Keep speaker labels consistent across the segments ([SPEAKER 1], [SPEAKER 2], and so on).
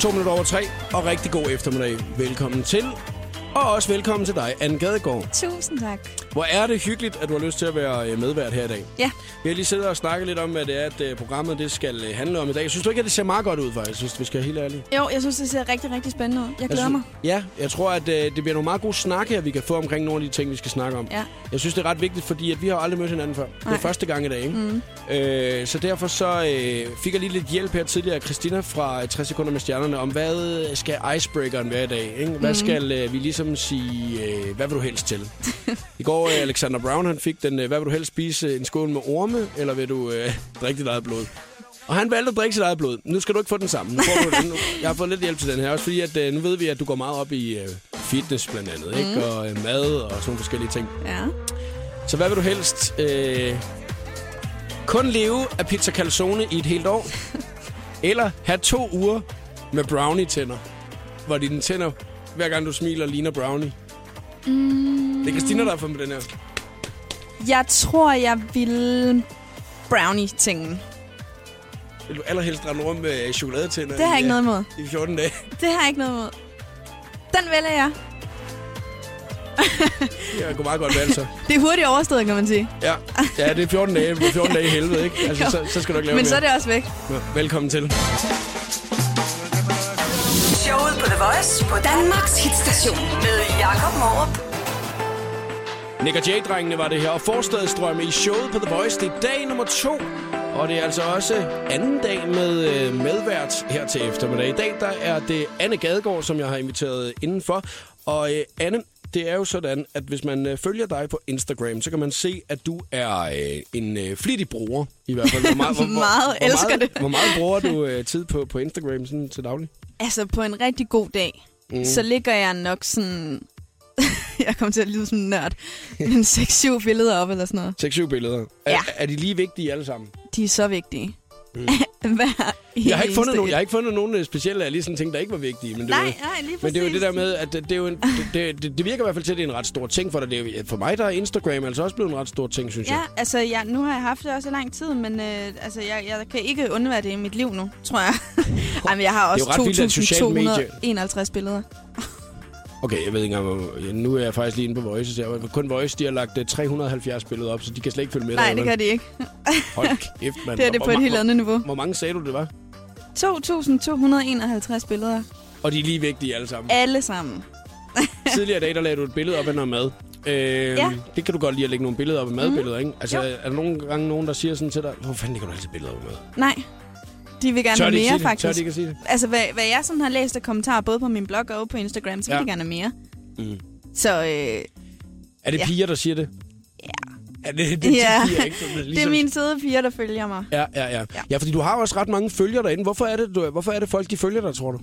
[SPEAKER 1] To minutter over tre, og rigtig god eftermiddag. Velkommen til, og også velkommen til dig, Anne Gadegaard.
[SPEAKER 2] Tusind tak.
[SPEAKER 1] Hvor er det hyggeligt, at du har lyst til at være øh, medvært her i dag.
[SPEAKER 2] Ja,
[SPEAKER 1] Vi har lige siddet og snakket lidt om, hvad det er, at øh, programmet det skal øh, handle om i dag. Synes du ikke, at det ser meget godt ud, faktisk, hvis vi skal være helt ærlige?
[SPEAKER 2] jo, jeg synes, det ser rigtig, rigtig spændende ud. Jeg glæder
[SPEAKER 1] synes,
[SPEAKER 2] mig.
[SPEAKER 1] Altså, Ja, jeg tror, at øh, det bliver nogle meget gode snakke, at vi kan få omkring nogle af de ting, vi skal snakke om.
[SPEAKER 2] Ja.
[SPEAKER 1] Jeg synes, det er ret vigtigt, fordi at vi har aldrig mødt hinanden før. Det er
[SPEAKER 2] Nej.
[SPEAKER 1] første gang i dag, ikke? Mm. Øh, så derfor så øh, fik jeg lige lidt hjælp her tidligere af Christina fra øh, 60 sekunder med stjernerne, om hvad skal icebreakeren være i dag? Ikke? Hvad mm. skal øh, vi ligesom sige, øh, hvad vil du helst til? I går, øh, Alexander Brown, han fik den, øh, hvad vil du helst spise, en skål med orme, eller vil du øh, drikke dit eget blod? Og han valgte at drikke sit eget blod. Nu skal du ikke få den samme. Nu får du den. Nu- Jeg har fået lidt hjælp til den her, også fordi at, øh, nu ved vi, at du går meget op i øh, fitness blandt andet, ikke?
[SPEAKER 2] Mhm.
[SPEAKER 1] og øh, mad og sådan nogle forskellige ting.
[SPEAKER 2] Ja.
[SPEAKER 1] Så hvad vil du helst? Øh, kun leve af pizza calzone i et helt år? eller have to uger med brownie-tænder? Hvor dine tænder, hver gang du smiler, ligner brownie. Mm. Det er Christina, der har fundet på den her.
[SPEAKER 2] Jeg tror, jeg vil brownie-tingen.
[SPEAKER 1] Vil du allerhelst rende rundt med chokoladetænder
[SPEAKER 2] Det har jeg
[SPEAKER 1] i,
[SPEAKER 2] ikke noget
[SPEAKER 1] øh,
[SPEAKER 2] imod.
[SPEAKER 1] i 14 dage?
[SPEAKER 2] Det har jeg ikke noget imod. Den vælger jeg.
[SPEAKER 1] Jeg kunne meget godt altså. valge så.
[SPEAKER 2] Det er hurtigt overstået, kan man sige.
[SPEAKER 1] Ja. ja, det er 14 dage. 14 dage i helvede, ikke? Altså,
[SPEAKER 2] Jo.
[SPEAKER 1] så, så skal du ikke lave
[SPEAKER 2] Men
[SPEAKER 1] mere.
[SPEAKER 2] så er det også væk.
[SPEAKER 1] det... Velkommen til.
[SPEAKER 3] Showet på The Voice på Danmarks hitstation med Jakob Morup.
[SPEAKER 1] Nick og Jay-drengene var det her, og forstadsdrømme i showet på The Voice. Det er dag nummer to, og det er altså også anden dag med øh, medvært her til eftermiddag. I dag der er det Anne Gadegaard, som jeg har inviteret indenfor. Og øh, Anne, det er jo sådan, at hvis man øh, følger dig på Instagram, så kan man se, at du er øh, en øh, flittig bruger. I hvert fald. Hvor meget, hvor,
[SPEAKER 2] Meget elsker
[SPEAKER 1] meget,
[SPEAKER 2] det.
[SPEAKER 1] Hvor meget bruger du øh, tid på, på Instagram sådan, til daglig?
[SPEAKER 2] Altså, på en rigtig god dag, mm. så ligger jeg nok sådan... jeg kommer til at lyde som en nørd. Men 6-7 billeder op eller sådan noget.
[SPEAKER 1] 6-7 billeder. Er,
[SPEAKER 2] Ja.
[SPEAKER 1] er de lige vigtige alle sammen?
[SPEAKER 2] De er så vigtige. Mm. Hver
[SPEAKER 1] Jeg har, ikke fundet
[SPEAKER 2] eneste
[SPEAKER 1] nogen,
[SPEAKER 2] et.
[SPEAKER 1] jeg har ikke fundet nogen øh, specielle, jeg lige sådan tænkte, der ikke var vigtige. Men det
[SPEAKER 2] Nej,
[SPEAKER 1] var,
[SPEAKER 2] nej, lige
[SPEAKER 1] Men det er jo
[SPEAKER 2] præcis.
[SPEAKER 1] det der med, at det, det, er jo en, det, det, det, det virker i hvert fald til, at det er en ret stor ting for dig. Det er, jo- for mig der er Instagram altså også blevet en ret stor ting, synes
[SPEAKER 2] Ja,
[SPEAKER 1] jeg.
[SPEAKER 2] altså jeg, nu har jeg haft det også i lang tid, men øh, altså, jeg, jeg kan ikke undvære det i mit liv nu, tror jeg. Ej, men jeg har
[SPEAKER 1] jo ret vildt, at sociale medier-
[SPEAKER 2] også 2.251 billeder.
[SPEAKER 1] Okay, jeg ved ikke engang, hvor- ja, nu er jeg faktisk lige inde på Voice. Så jeg, kun Voice, de har lagt øh, 370 billeder op, så de kan slet ikke følge med.
[SPEAKER 2] Nej,
[SPEAKER 1] derude,
[SPEAKER 2] det
[SPEAKER 1] vel?
[SPEAKER 2] gør de ikke.
[SPEAKER 1] Hold kæft, mand.
[SPEAKER 2] Det er det
[SPEAKER 1] Hvor-
[SPEAKER 2] på et
[SPEAKER 1] hvor-
[SPEAKER 2] helt andet niveau.
[SPEAKER 1] Hvor mange sagde du, det var?
[SPEAKER 2] 2.251 billeder.
[SPEAKER 1] Og de er lige vigtige alle sammen.
[SPEAKER 2] Alle sammen.
[SPEAKER 1] Tidligere i dag, der lagde du et billede op af noget mad. Øhm,
[SPEAKER 2] Ja. Mhm.
[SPEAKER 1] Det kan du godt lide at lægge nogle billeder op af madbilleder, ikke? Altså, er der nogle gange nogen, der siger sådan til dig, hvor fanden lægger du altid billeder op af mad?
[SPEAKER 2] Nej, de vil gerne
[SPEAKER 1] Tør
[SPEAKER 2] have
[SPEAKER 1] de ikke
[SPEAKER 2] mere,
[SPEAKER 1] sige det? Tør
[SPEAKER 2] faktisk.
[SPEAKER 1] de ikke at sige det?
[SPEAKER 2] Altså, hvad, hvad jeg sådan har læst af kommentarer, både på min blog og på Instagram, så vil
[SPEAKER 1] Ja.
[SPEAKER 2] de gerne have mere.
[SPEAKER 1] Mm.
[SPEAKER 2] Så øh,
[SPEAKER 1] Er det
[SPEAKER 2] Ja.
[SPEAKER 1] piger, der siger det? Ja. Er det, det, det
[SPEAKER 2] Ja.
[SPEAKER 1] yeah. piger, ikke? Som Ligesom...
[SPEAKER 2] det er mine søde piger, der følger mig.
[SPEAKER 1] Ja, ja, ja. Ja, ja fordi du har også ret mange følgere derinde. Hvorfor er det, du, hvorfor er det folk, de følger dig, tror du?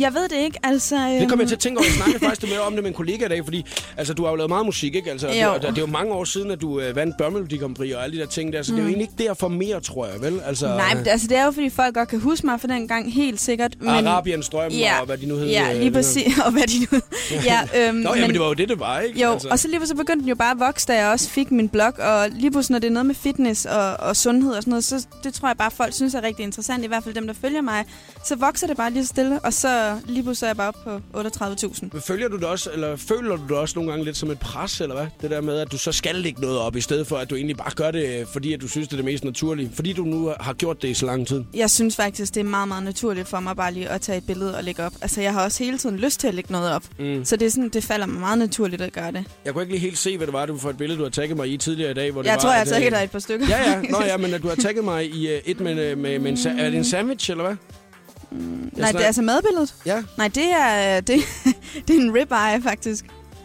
[SPEAKER 2] Jeg ved det ikke, altså...
[SPEAKER 1] Det kom jeg til at tænke over. Jeg snakkede faktisk mere om det med en kollega i dag, fordi altså, du har jo lavet meget musik, ikke? Altså,
[SPEAKER 2] Jo.
[SPEAKER 1] det, det, er jo mange år siden, at du øh, vandt Børmelodi Grand Prix og alle de der ting der, så mm. det er jo egentlig ikke derfor mere, tror jeg, vel? Altså,
[SPEAKER 2] Nej, men det- altså det er jo, fordi folk godt kan huske mig fra den gang, helt sikkert. Men...
[SPEAKER 1] Arabiens drøm og hvad de nu hedder.
[SPEAKER 2] Ja, lige præcis. Og hvad de nu ja, øhm,
[SPEAKER 1] Nå, ja, men det var jo det, det var, ikke?
[SPEAKER 2] Jo, altså. og så lige så begyndte den jo bare at vokse, da jeg også fik min blog. Og lige pludselig, når det er noget med fitness og, og sundhed og sådan noget, så det tror jeg bare, folk synes er rigtig interessant. I hvert fald dem, der følger mig. Så vokser det bare lige så stille, og så lige pludselig så er jeg bare oppe på 38.000.
[SPEAKER 1] Men Følger du det også, eller føler du det også nogle gange lidt som et pres, eller hvad? Det der med, at du så skal lægge noget op, i stedet for, at du egentlig bare gør det, øh, fordi at du synes, det er det mest naturlige. Fordi du nu har gjort det i så lang tid.
[SPEAKER 2] Jeg synes faktisk, det er meget, meget naturligt for mig bare lige at tage et billede og lægge op. Altså, jeg har også hele tiden lyst til at lægge noget op. Mm. Så det, er sådan, det falder mig meget naturligt at gøre det.
[SPEAKER 1] Jeg kunne ikke lige helt se, hvad det var, du for et billede, du har tagget mig i tidligere i dag. Hvor det
[SPEAKER 2] Jeg
[SPEAKER 1] var,
[SPEAKER 2] tror, jeg har
[SPEAKER 1] at,
[SPEAKER 2] taget
[SPEAKER 1] øh,
[SPEAKER 2] et par stykker.
[SPEAKER 1] Ja, ja. Nå ja, men at du har tagget mig i øh, et med, med, med, med en, sa- er det en sandwich, eller hvad? Jeg
[SPEAKER 2] Nej, det er
[SPEAKER 1] snakker-
[SPEAKER 2] altså madbilledet.
[SPEAKER 1] Ja.
[SPEAKER 2] Nej, det er, det, det er en ribeye, faktisk.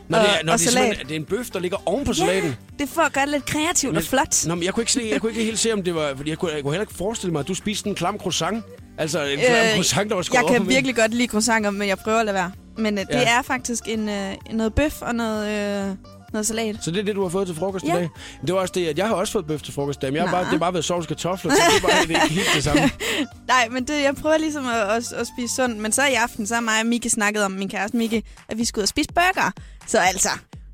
[SPEAKER 1] Nå, det er,
[SPEAKER 2] Og-
[SPEAKER 1] når
[SPEAKER 2] og
[SPEAKER 1] det, er
[SPEAKER 2] salat.
[SPEAKER 1] simpelthen- det er en bøf, der ligger oven på salaten.
[SPEAKER 2] Det er for at gøre det lidt kreativt og flot.
[SPEAKER 1] Nå, men jeg kunne ikke, se, jeg kunne ikke helt se, om det var... Fordi jeg kunne, jeg kunne heller ikke forestille mig, at du spiste en klam croissant. Altså en klam
[SPEAKER 2] Øh,
[SPEAKER 1] croissant, der var skåret
[SPEAKER 2] Jeg
[SPEAKER 1] op på
[SPEAKER 2] kan
[SPEAKER 1] midten.
[SPEAKER 2] virkelig godt lide croissanter, men jeg prøver at lade være. Men øh, det
[SPEAKER 1] Ja.
[SPEAKER 2] er faktisk en, øh, noget bøf og noget, øh, noget salat.
[SPEAKER 1] Så det er det, du har fået til frokost ja.
[SPEAKER 2] Ja.
[SPEAKER 1] i dag? Det var også det, at jeg har også fået bøf til frokost i dag, men jeg har
[SPEAKER 2] Nå.
[SPEAKER 1] bare, det har bare været sovs og kartofler, så det er bare det er ikke helt det samme.
[SPEAKER 2] Nej, men det, jeg prøver ligesom at, at, at spise sundt. Men så i aften, så har mig og Mikke snakket om, min kæreste Mikke, at vi skal ud og spise burger. Så altså,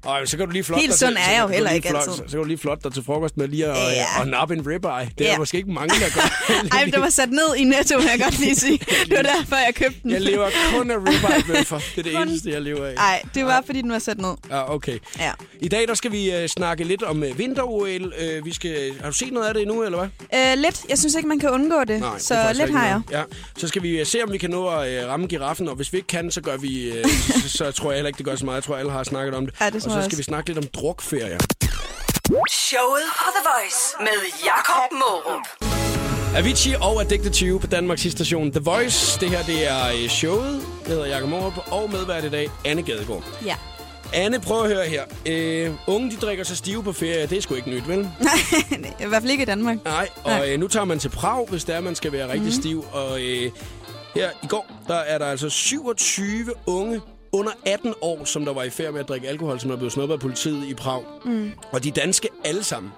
[SPEAKER 1] Og så kan du lige flotte
[SPEAKER 2] Helt
[SPEAKER 1] dig
[SPEAKER 2] sund
[SPEAKER 1] til,
[SPEAKER 2] er
[SPEAKER 1] så
[SPEAKER 2] jeg
[SPEAKER 1] kan
[SPEAKER 2] jo
[SPEAKER 1] du
[SPEAKER 2] heller
[SPEAKER 1] lige
[SPEAKER 2] ikke
[SPEAKER 1] flotte-
[SPEAKER 2] altid.
[SPEAKER 1] Så kan du lige flotte dig til frokost med lige at
[SPEAKER 2] Ja.
[SPEAKER 1] og nappe en ribeye. Det er
[SPEAKER 2] Ja.
[SPEAKER 1] der måske ikke mange, der gør.
[SPEAKER 2] Ej, men den var sat ned i netto, vil jeg godt lige sige. Det var derfor, jeg købte den.
[SPEAKER 1] Jeg lever kun af ribeye-bøffer. Det er det
[SPEAKER 2] Kun-
[SPEAKER 1] eneste, jeg lever af.
[SPEAKER 2] Nej, det var, fordi den var sat ned.
[SPEAKER 1] Ah, okay.
[SPEAKER 2] Ja.
[SPEAKER 1] I dag der skal vi øh, snakke lidt om øh, vinter-OL. Øh, vi skal, har du set noget af det endnu, eller hvad?
[SPEAKER 2] Øh, lidt. Jeg synes ikke, man kan undgå det.
[SPEAKER 1] Nej, det
[SPEAKER 2] så
[SPEAKER 1] er faktisk
[SPEAKER 2] lidt
[SPEAKER 1] rigtigt
[SPEAKER 2] har jeg.
[SPEAKER 1] nok. Ja. Så skal vi øh, se, om vi kan nå at øh, ramme giraffen, og hvis vi ikke kan, så gør vi... Øh, så, så tror jeg heller ikke, det gør så meget. Jeg tror, alle har snakket om det.
[SPEAKER 2] Ja, det tror
[SPEAKER 1] og så
[SPEAKER 2] jeg
[SPEAKER 1] skal
[SPEAKER 2] også.
[SPEAKER 1] vi snakke lidt om drukferier.
[SPEAKER 3] Showet på The Voice med Jakob Morup.
[SPEAKER 1] Avicii og Addicted to You på Danmarks station The Voice. Det her, det er øh, showet. Jeg hedder Jakob Morup, og medvært i dag, Anne Gadegaard.
[SPEAKER 2] Ja.
[SPEAKER 1] Anne, prøv at høre her. Øh, unge, de drikker sig stive på ferie. Det er sgu ikke nyt, vel?
[SPEAKER 2] Nej, i hvert fald ikke i Danmark.
[SPEAKER 1] Nej, og øh, nu tager man til Prag, hvis der man skal være rigtig mm. stiv. Og øh, her i går, der er der altså 27 unge under 18 år, som der var i færd med at drikke alkohol, som er blevet snuppet af politiet i Prag. Mm. Og de er danske alle sammen.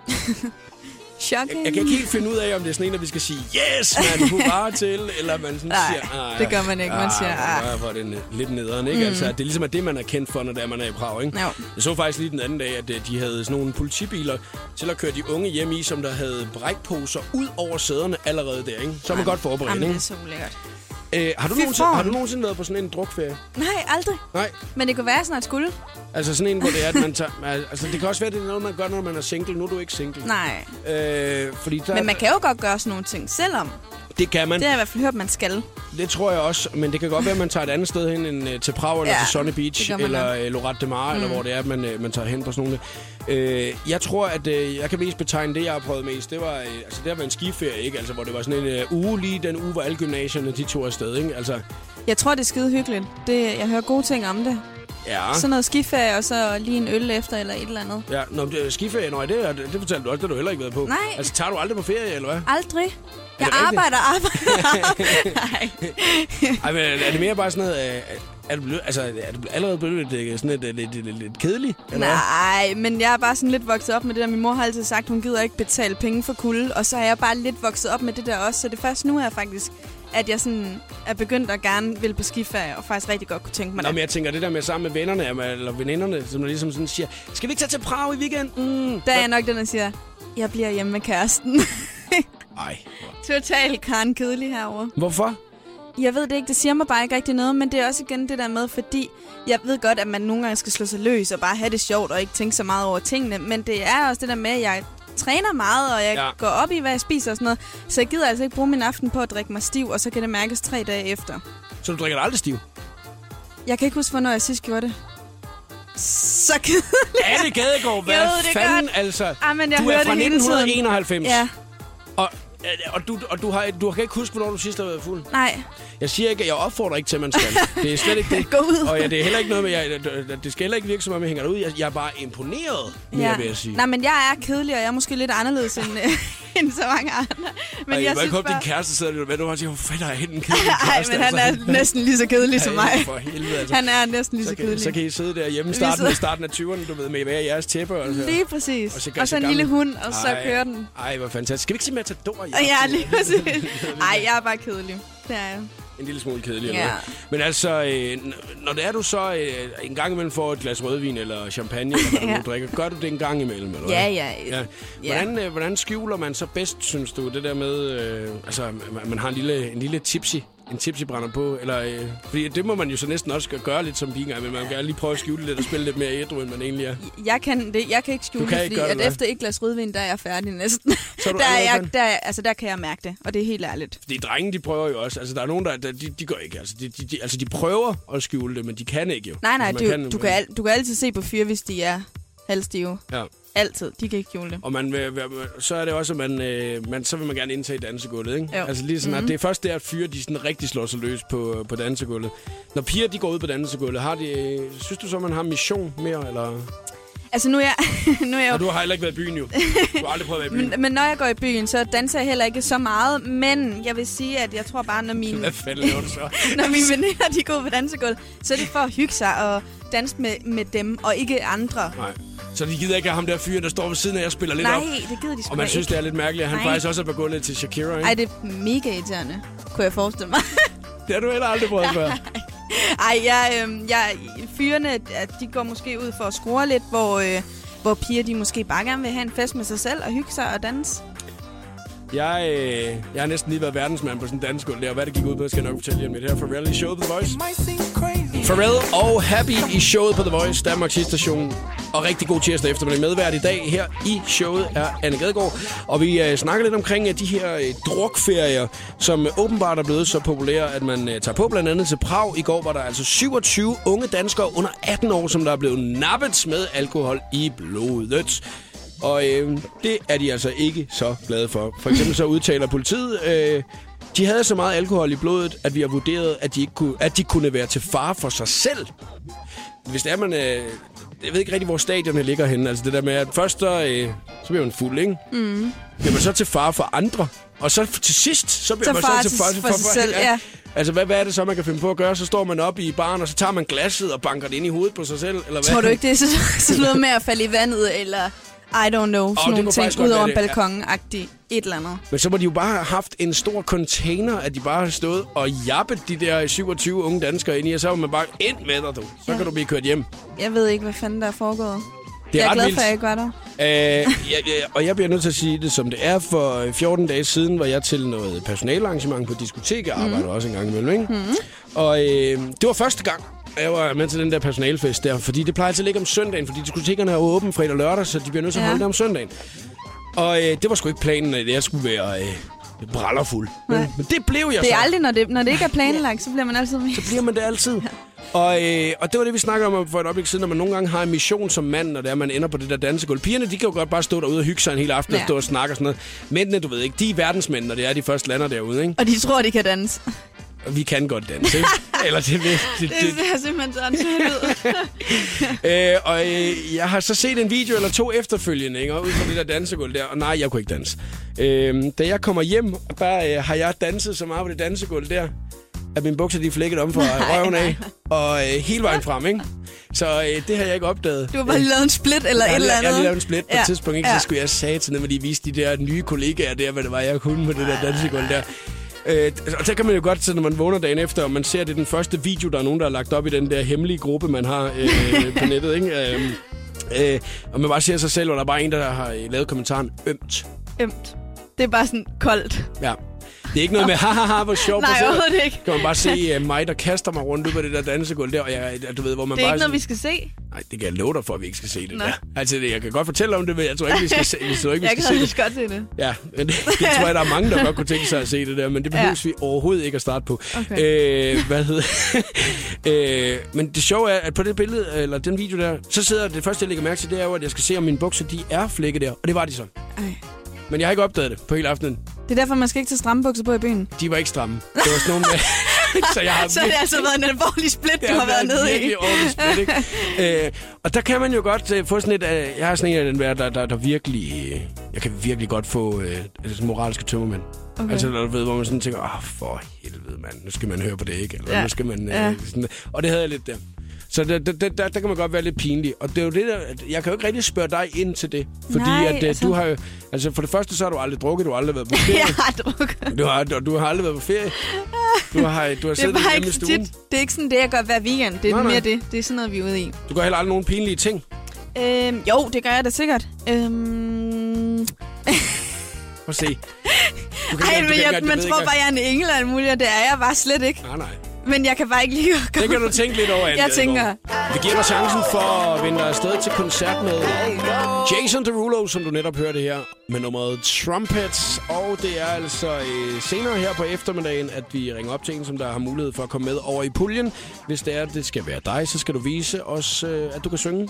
[SPEAKER 2] Shocking.
[SPEAKER 1] Jeg kan ikke helt finde ud af, om det er sådan en, at vi skal sige, yes, man, hurra til, eller man sådan
[SPEAKER 2] Nej,
[SPEAKER 1] siger, "Ej,
[SPEAKER 2] det gør man ikke. Man
[SPEAKER 1] ah,
[SPEAKER 2] siger, "Ah."
[SPEAKER 1] hvor er det ne- lidt nederen, ikke? Mm. Altså, det er ligesom at det, man er kendt for, når det er, man er i Prag, ikke?
[SPEAKER 2] Jo.
[SPEAKER 1] Jeg så faktisk lige den anden dag, at øh, de havde sådan nogle politibiler til at køre de unge hjem i, som der havde brækposer ud over sæderne allerede der, ikke? Så er man godt forberedt,
[SPEAKER 2] Jamen, det
[SPEAKER 1] ikke?
[SPEAKER 2] er så ulækkert.
[SPEAKER 1] Øh, har, du
[SPEAKER 2] Fy
[SPEAKER 1] nogensinde, har
[SPEAKER 2] fan.
[SPEAKER 1] du nogensinde været på sådan en drukferie?
[SPEAKER 2] Nej, aldrig.
[SPEAKER 1] Nej.
[SPEAKER 2] Men det kunne være, at jeg snart skulle.
[SPEAKER 1] Altså sådan en, hvor det er, at man tager... Altså, det kan også være, at det er noget, man gør, når man er single. Nu er du ikke single.
[SPEAKER 2] Nej.
[SPEAKER 1] Øh, fordi der,
[SPEAKER 2] Men man kan jo godt gøre sådan nogle ting selvom.
[SPEAKER 1] Det kan man.
[SPEAKER 2] Det har jeg i hvert fald hørt, man skal.
[SPEAKER 1] Det tror jeg også, men det kan godt være, at man tager et andet sted hen end øh, til Prag eller
[SPEAKER 2] Ja,
[SPEAKER 1] til Sunny
[SPEAKER 2] det
[SPEAKER 1] Beach
[SPEAKER 2] gør man
[SPEAKER 1] eller øh, Lorette de Mar, mm. eller hvor det er, at man, øh, man tager hen på sådan nogle. Øh, jeg tror, at øh, jeg kan mest betegne det, jeg har prøvet mest. Det var, øh, altså, det har været en skiferie, ikke? Altså, hvor det var sådan en øh, uge lige den uge, hvor alle gymnasierne de tog afsted. Ikke? Altså,
[SPEAKER 2] Jeg tror, det er skide hyggeligt. Det, jeg hører gode ting om det.
[SPEAKER 1] ja.
[SPEAKER 2] Sådan noget skiferie, og så lige en øl efter, eller et eller andet.
[SPEAKER 1] ja. Nå, men det, skiferie, nej, det, er- det, det fortalte du også, det har du heller ikke været på.
[SPEAKER 2] Nej.
[SPEAKER 1] Altså, tager du aldrig på ferie, eller hvad?
[SPEAKER 2] Aldrig. Jeg
[SPEAKER 1] rigtigt?
[SPEAKER 2] arbejder, arbejder, arbejder. Nej.
[SPEAKER 1] Ej, men er det mere bare sådan noget... Øh, er du, blevet, altså, er du allerede blevet lidt, øh, sådan lidt, øh, lidt, lidt, lidt, lidt kedelig? Eller hvad?
[SPEAKER 2] Nej, men jeg er bare sådan lidt vokset op med det der. Min mor har altid sagt, hun gider ikke betale penge for kulde. Og så er jeg bare lidt vokset op med det der også. Så det er først nu er jeg faktisk, at jeg sådan er begyndt at gerne vil på skiferie. Og faktisk rigtig godt kunne tænke mig
[SPEAKER 1] Nå, men
[SPEAKER 2] det.
[SPEAKER 1] jeg tænker, det der med sammen med vennerne, at man- eller veninderne, som der ligesom sådan siger, skal vi ikke tage til Prag i weekenden?
[SPEAKER 2] Der er jeg nok den, der siger, jeg bliver hjemme med kæresten.
[SPEAKER 1] Nej.
[SPEAKER 2] Totalt Karen kedelig herovre.
[SPEAKER 1] Hvorfor?
[SPEAKER 2] Jeg ved det ikke, det siger mig bare ikke rigtig noget, men det er også igen det der med, fordi jeg ved godt, at man nogle gange skal slå sig løs og bare have det sjovt og ikke tænke så meget over tingene, men det er også det der med, at jeg træner meget, og jeg
[SPEAKER 1] Ja.
[SPEAKER 2] ja. går op i, hvad jeg spiser og sådan noget, så jeg gider altså ikke bruge min aften på at drikke mig stiv, og så kan det mærkes tre dage efter.
[SPEAKER 1] Så du drikker dig aldrig stiv?
[SPEAKER 2] Jeg kan ikke huske, hvornår jeg sidst gjorde det. Så kedeligt.
[SPEAKER 1] Anne Gadegaard, hvad
[SPEAKER 2] Jeg ved det
[SPEAKER 1] fanden
[SPEAKER 2] godt.
[SPEAKER 1] altså?
[SPEAKER 2] Ej, men jeg
[SPEAKER 1] du er
[SPEAKER 2] hører
[SPEAKER 1] fra
[SPEAKER 2] det hele tiden.
[SPEAKER 1] 1991,
[SPEAKER 2] Ja,
[SPEAKER 1] og, øh, og, du, og du, har, du kan ikke huske, hvornår du sidst har været fuld.
[SPEAKER 2] nej.
[SPEAKER 1] Jeg siger ikke, at jeg opfordrer ikke til, at man skal. Det er slet ikke det.
[SPEAKER 2] Gå ud.
[SPEAKER 1] Og ja, det er heller ikke noget med, jeg, det skal heller ikke virke, som om jeg hænger dig ud. Jeg, jeg er bare imponeret, mere
[SPEAKER 2] Ja.
[SPEAKER 1] vil jeg sige.
[SPEAKER 2] Nej, men jeg er kedelig, og jeg er måske lidt anderledes end, øh, end så mange andre. Men
[SPEAKER 1] Ej,
[SPEAKER 2] jeg
[SPEAKER 1] jeg
[SPEAKER 2] synes
[SPEAKER 1] håbe,
[SPEAKER 2] bare...
[SPEAKER 1] din kæreste sidder lidt med, og bare siger, hvor fanden er hende en kedelig
[SPEAKER 2] Nej,
[SPEAKER 1] kæreste,
[SPEAKER 2] men han
[SPEAKER 1] altså.
[SPEAKER 2] er næsten lige så kedelig som mig.
[SPEAKER 1] Ej, For helvede, altså.
[SPEAKER 2] Han er næsten lige
[SPEAKER 1] så
[SPEAKER 2] så
[SPEAKER 1] kan,
[SPEAKER 2] kedelig.
[SPEAKER 1] så kan I sidde derhjemme
[SPEAKER 2] sidder-
[SPEAKER 1] starten, starten af 20'erne, du ved, med hver jeres tæppe. Og så,
[SPEAKER 2] Lige præcis. Og
[SPEAKER 1] så
[SPEAKER 2] så,
[SPEAKER 1] gør
[SPEAKER 2] og så
[SPEAKER 1] sig
[SPEAKER 2] en
[SPEAKER 1] gammel.
[SPEAKER 2] lille hund, og så
[SPEAKER 1] Ej,
[SPEAKER 2] kører den.
[SPEAKER 1] Ej, hvor fantastisk. Skal vi ikke se Matador?
[SPEAKER 2] Og jeg er lige præcis. Ej, jeg er bare kedelig. Det er jeg.
[SPEAKER 1] En lille smule kedelig.
[SPEAKER 2] Ja.
[SPEAKER 1] Ja. Men altså, øh, n- når det er du så øh, en gang imellem får et glas rødvin eller champagne, eller hvad ja.
[SPEAKER 2] Ja.
[SPEAKER 1] du nu drikker, gør du det en gang imellem, eller hvad?
[SPEAKER 2] Ja, ja.
[SPEAKER 1] ja. Hvordan, øh, hvordan skjuler man så bedst, synes du, det der med, øh, altså, at man har en lille, en lille tipsy? En tipsy brænder på, eller... Øh, fordi det må man jo så næsten også gøre lidt som pinger, men man kan gerne lige prøve at skjule det lidt og spille lidt mere ædru, end man egentlig er.
[SPEAKER 2] Jeg kan, det, jeg kan ikke skjule
[SPEAKER 1] Du kan
[SPEAKER 2] det,
[SPEAKER 1] ikke
[SPEAKER 2] fordi
[SPEAKER 1] gøre det,
[SPEAKER 2] at
[SPEAKER 1] hvad?
[SPEAKER 2] efter et glas rødvin, der er jeg færdig næsten.
[SPEAKER 1] Så er du
[SPEAKER 2] der, er
[SPEAKER 1] allerede
[SPEAKER 2] jeg,
[SPEAKER 1] færdig?
[SPEAKER 2] der, er- altså, der kan jeg mærke det, og det er helt ærligt.
[SPEAKER 1] Fordi drenge, de prøver jo også. Altså, der er nogen, der, der de, de gør ikke. Altså de, de, de, altså, de prøver at skjule det, men de kan ikke jo.
[SPEAKER 2] Nej, nej,
[SPEAKER 1] altså, man
[SPEAKER 2] du, du, kan, al- du kan altid se på fyre, hvis de er halvstive.
[SPEAKER 1] Ja.
[SPEAKER 2] Altid. De kan ikke skjule det.
[SPEAKER 1] Og man, vil- vil- så er det også, at man, øh, man, så vil man gerne indtage dansegulvet, ikke?
[SPEAKER 2] Jo. Mhm.
[SPEAKER 1] Altså lige sådan, mm-hmm. at det er først der, at fyre, de sådan rigtig slår sig løs på, på dansegulvet. Når piger, de går ud på dansegulvet, har de, øh, synes du så, man har mission mere, eller?
[SPEAKER 2] Altså, nu er jeg, nu er jeg jo
[SPEAKER 1] Og du har heller ikke været i byen, jo. Du har aldrig prøvet at være i byen.
[SPEAKER 2] Men, men når jeg går i byen, så danser jeg heller ikke så meget, men jeg vil sige, at jeg tror bare, når mine,
[SPEAKER 1] Hvad fanden laver du så?
[SPEAKER 2] når mine veninder de går på dansegulv, så er det for at hygge sig og danse med, med dem, og ikke andre.
[SPEAKER 1] Nej. Så de gider ikke have ham der fyren, der står ved siden af og spiller lidt
[SPEAKER 2] Nej,
[SPEAKER 1] op.
[SPEAKER 2] det gider de sgu
[SPEAKER 1] Og man
[SPEAKER 2] da
[SPEAKER 1] synes,
[SPEAKER 2] ikke.
[SPEAKER 1] det er lidt mærkeligt, at han
[SPEAKER 2] Nej.
[SPEAKER 1] faktisk også er på gulvet til Shakira, ikke?
[SPEAKER 2] Ej, det er mega irriterende, kunne jeg forestille mig.
[SPEAKER 1] Det har du heller aldrig prøvet før.
[SPEAKER 2] Ej, jeg, øh, jeg fyrene, at de går måske ud for at score lidt, hvor, øh, hvor piger de måske bare gerne vil have en fest med sig selv og hygge sig og danse.
[SPEAKER 1] Jeg, øh, jeg har næsten lige været verdensmand på sådan en danskuld der, og hvad det gik ud på, skal jeg nok fortælle jer med det her Pharrell i showet på The Voice. Pharrell og Happy i showet på The Voice, Danmarks station. Og rigtig god tirsdag eftermiddag. Medvært i dag her i showet er Anne Gadegaard. Og vi øh, snakker lidt omkring øh, de her øh, drukferier, som øh, åbenbart er blevet så populære, at man øh, tager på blandt andet til Prag. I går var der altså 27 unge danskere under 18 år, som der er blevet nappet med alkohol i blodet. Og øh, det er de altså ikke så glade for. For eksempel så udtaler politiet, øh, de havde så meget alkohol i blodet, at vi har vurderet, at de, ikke kunne, at de kunne være til fare for sig selv. Hvis det er, man... Øh, jeg ved ikke rigtig, hvor stadionerne ligger henne. Altså det der med, at først så, øh, så bliver man fuld, ikke? Mm. Bliver man så til fare for andre? Og så til sidst, så bliver
[SPEAKER 2] Så
[SPEAKER 1] man
[SPEAKER 2] fare
[SPEAKER 1] så til
[SPEAKER 2] til-
[SPEAKER 1] fare
[SPEAKER 2] for sig selv, ja.
[SPEAKER 1] Altså, hvad, hvad er det så, man kan finde på at gøre? Så står man op i baren, og så tager man glasset og banker det ind i hovedet på sig selv, eller hvad?
[SPEAKER 2] Tror du ikke, det er så, sådan noget med at falde i vandet, eller I don't know, sådan
[SPEAKER 1] det
[SPEAKER 2] nogle
[SPEAKER 1] kunne faktisk
[SPEAKER 2] ting,
[SPEAKER 1] godt
[SPEAKER 2] ud over
[SPEAKER 1] være
[SPEAKER 2] en
[SPEAKER 1] det, ja.
[SPEAKER 2] balkon et eller andet.
[SPEAKER 1] Men så må de jo bare have haft en stor container, at de bare har stået og jappet de der 27 unge danskere ind i, og så var man bare ind med dig, du. Så
[SPEAKER 2] Ja.
[SPEAKER 1] kan du blive kørt hjem.
[SPEAKER 2] Jeg ved ikke, hvad fanden der er foregået.
[SPEAKER 1] Det er
[SPEAKER 2] jeg er
[SPEAKER 1] ret
[SPEAKER 2] glad
[SPEAKER 1] vildt.
[SPEAKER 2] for, at jeg ikke var der.
[SPEAKER 1] Øh, jeg, jeg, og jeg bliver nødt til at sige det, som det er. For øh, 14 dage siden var jeg til noget personalarrangement på diskotek. Jeg
[SPEAKER 2] Mhm.
[SPEAKER 1] arbejder mm. også en gang imellem, ikke? Mm. Og øh, det var første gang, at jeg var med til den der personalfest der. Fordi det plejer til at ligge om søndagen, fordi diskotekerne er jo åbent fredag og lørdag, så de bliver nødt til at
[SPEAKER 2] Ja.
[SPEAKER 1] holde det om søndagen. Og øh, det var sgu ikke planen, at jeg skulle være øh, brallerfuld. Men,
[SPEAKER 2] Nej.
[SPEAKER 1] men det blev jeg
[SPEAKER 2] Det
[SPEAKER 1] så.
[SPEAKER 2] er aldrig, når det, når det ikke er planlagt, så bliver man altid
[SPEAKER 1] så bliver man det altid. Og, øh, og det var det, vi snakkede om for et øjeblik siden, når man nogle gange har en mission som mand, når det er, man ender på det der dansegulv. Pigerne, de kan jo godt bare stå derude og hygge sig en hel aften ja. og
[SPEAKER 2] Ja.
[SPEAKER 1] stå og snakke og sådan noget. Mændene, du ved ikke, de er verdensmænd, når det er, de først lander derude, ikke?
[SPEAKER 2] Og de tror, de kan danse.
[SPEAKER 1] Og vi kan godt danse, ikke? Eller det, det, det, det,
[SPEAKER 2] Det er simpelthen sådan, så ud.
[SPEAKER 1] Øh, og øh, jeg har så set en video eller to efterfølgende, ikke? Og ud fra det der dansegulv der, og nej, jeg kunne ikke danse. Øh, da jeg kommer hjem, der øh, har jeg danset så meget på det dansegulv der, at mine bukser de er flækket om fra røven af, og øh, hele vejen frem, ikke? Så øh, det har jeg ikke opdaget.
[SPEAKER 2] Du har bare lige lavet en split
[SPEAKER 1] jeg
[SPEAKER 2] eller et
[SPEAKER 1] har
[SPEAKER 2] eller
[SPEAKER 1] la- jeg
[SPEAKER 2] andet.
[SPEAKER 1] har lige lavet en split på ja. et tidspunkt, ikke? så
[SPEAKER 2] Ja.
[SPEAKER 1] skulle jeg sige til dem, at de viste de der nye kollegaer der, hvad det var, jeg kunne med det der dansegulv der. Øh, og så kan man jo godt, så når man vågner dagen efter, og man ser, det er den første video, der er nogen, der har lagt op i den der hemmelige gruppe, man har øh, på nettet. Ikke? Øh, øh, og man bare ser sig selv, og der er bare en, der har øh, lavet kommentaren ømt.
[SPEAKER 2] Ømt. Det er bare sådan koldt.
[SPEAKER 1] Ja. Det er ikke noget med, hahaha, hvor sjovt.
[SPEAKER 2] Nej,
[SPEAKER 1] hvor sjovt."
[SPEAKER 2] overhovedet ikke.
[SPEAKER 1] Kan man bare se øh, mig, der kaster mig rundt ud på det der dansegulv der, og jeg, du ved, hvor man
[SPEAKER 2] Det er
[SPEAKER 1] bare...
[SPEAKER 2] ikke noget, vi skal se.
[SPEAKER 1] Nej, det kan jeg love dig for, at vi ikke skal se det
[SPEAKER 2] Nå.
[SPEAKER 1] der. Altså, det- jeg kan godt fortælle om det, men jeg tror ikke, vi skal se, jeg tror ikke, vi
[SPEAKER 2] Jeg
[SPEAKER 1] skal
[SPEAKER 2] kan
[SPEAKER 1] se det.
[SPEAKER 2] rigtig godt se det.
[SPEAKER 1] Ja, men det, det tror jeg, der er mange, der godt kunne tænke sig at se det der, men det
[SPEAKER 2] Ja.
[SPEAKER 1] behøves ja. vi overhovedet ikke at starte på.
[SPEAKER 2] Okay.
[SPEAKER 1] Øh, hvad hedder øh, Men det sjove er, at på det billede, eller den video der, så sidder det første, jeg lægger mærke til, det er jo, at jeg skal se, om mine bukser, de er flækket der. Og det var de så.
[SPEAKER 2] Ej.
[SPEAKER 1] Men jeg har ikke opdaget det på hele aftenen.
[SPEAKER 2] Det er derfor, man skal ikke tage stramme bukser på i byen.
[SPEAKER 1] De var ikke stramme. Det var sådan nogle med... så jeg har
[SPEAKER 2] Så har det altså været en alvorlig split,
[SPEAKER 1] det
[SPEAKER 2] du har været nede i.
[SPEAKER 1] virkelig ordentligt spil, ikke? øh, og der kan man jo godt øh, få sådan et... Øh, jeg har sådan en af den der, der, der, der virkelig... Øh, jeg kan virkelig godt få øh, altså, moralske tømmermænd. Okay.
[SPEAKER 2] Okay.
[SPEAKER 1] Altså, der, du ved, hvor man sådan tænker, åh, for helvede, mand, nu skal man høre på det, ikke? Eller ja.
[SPEAKER 2] Ja.
[SPEAKER 1] nu skal man... Øh, ja.
[SPEAKER 2] Ja.
[SPEAKER 1] sådan, og det havde jeg lidt der. Så der, der, der, der, der kan man godt være lidt pinlig. Og det er jo det der, at jeg kan jo ikke rigtig spørge dig ind til det. Fordi
[SPEAKER 2] Nej,
[SPEAKER 1] at, øh,
[SPEAKER 2] altså.
[SPEAKER 1] du har jo, Altså, for det første, så har du aldrig drukket, du har aldrig været på ferie.
[SPEAKER 2] Jeg har drukket.
[SPEAKER 1] du, har, du, du har aldrig været på ferie. Du har, du har
[SPEAKER 2] Det er
[SPEAKER 1] siddet
[SPEAKER 2] bare
[SPEAKER 1] hjemme i
[SPEAKER 2] ikke så
[SPEAKER 1] stuen.
[SPEAKER 2] tit. Det er ikke sådan det, jeg gør hver weekend. Det er
[SPEAKER 1] Nej, nej.
[SPEAKER 2] mere det. Det er sådan noget, vi er ude i.
[SPEAKER 1] Du gør heller aldrig nogen pinlige ting.
[SPEAKER 2] Øhm, jo, det gør jeg da sikkert. Øhm...
[SPEAKER 1] Prøv at se. Du kan
[SPEAKER 2] Ej,
[SPEAKER 1] ikke engang- du kan
[SPEAKER 2] men
[SPEAKER 1] ikke
[SPEAKER 2] jeg,
[SPEAKER 1] engang- du
[SPEAKER 2] man
[SPEAKER 1] ved
[SPEAKER 2] tror
[SPEAKER 1] ikke
[SPEAKER 2] bare, jeg er en engel og alt muligt, og det er jeg bare slet ikke.
[SPEAKER 1] engang- Nej, nej.
[SPEAKER 2] Men jeg kan bare ikke lige gøre
[SPEAKER 1] Det kan du tænke lidt over, Anne
[SPEAKER 2] Jeg
[SPEAKER 1] Gadegaard.
[SPEAKER 2] tænker.
[SPEAKER 1] Vi giver dig chancen for at vinde dig afsted til koncert med Jason Derulo, som du netop hørte her, med nummeret Trumpets. Og det er altså øh, senere her på eftermiddagen, at vi ringer op til en, som der har mulighed for at komme med over i puljen. Hvis det er, at det skal være dig, så skal du vise os, øh, at du kan synge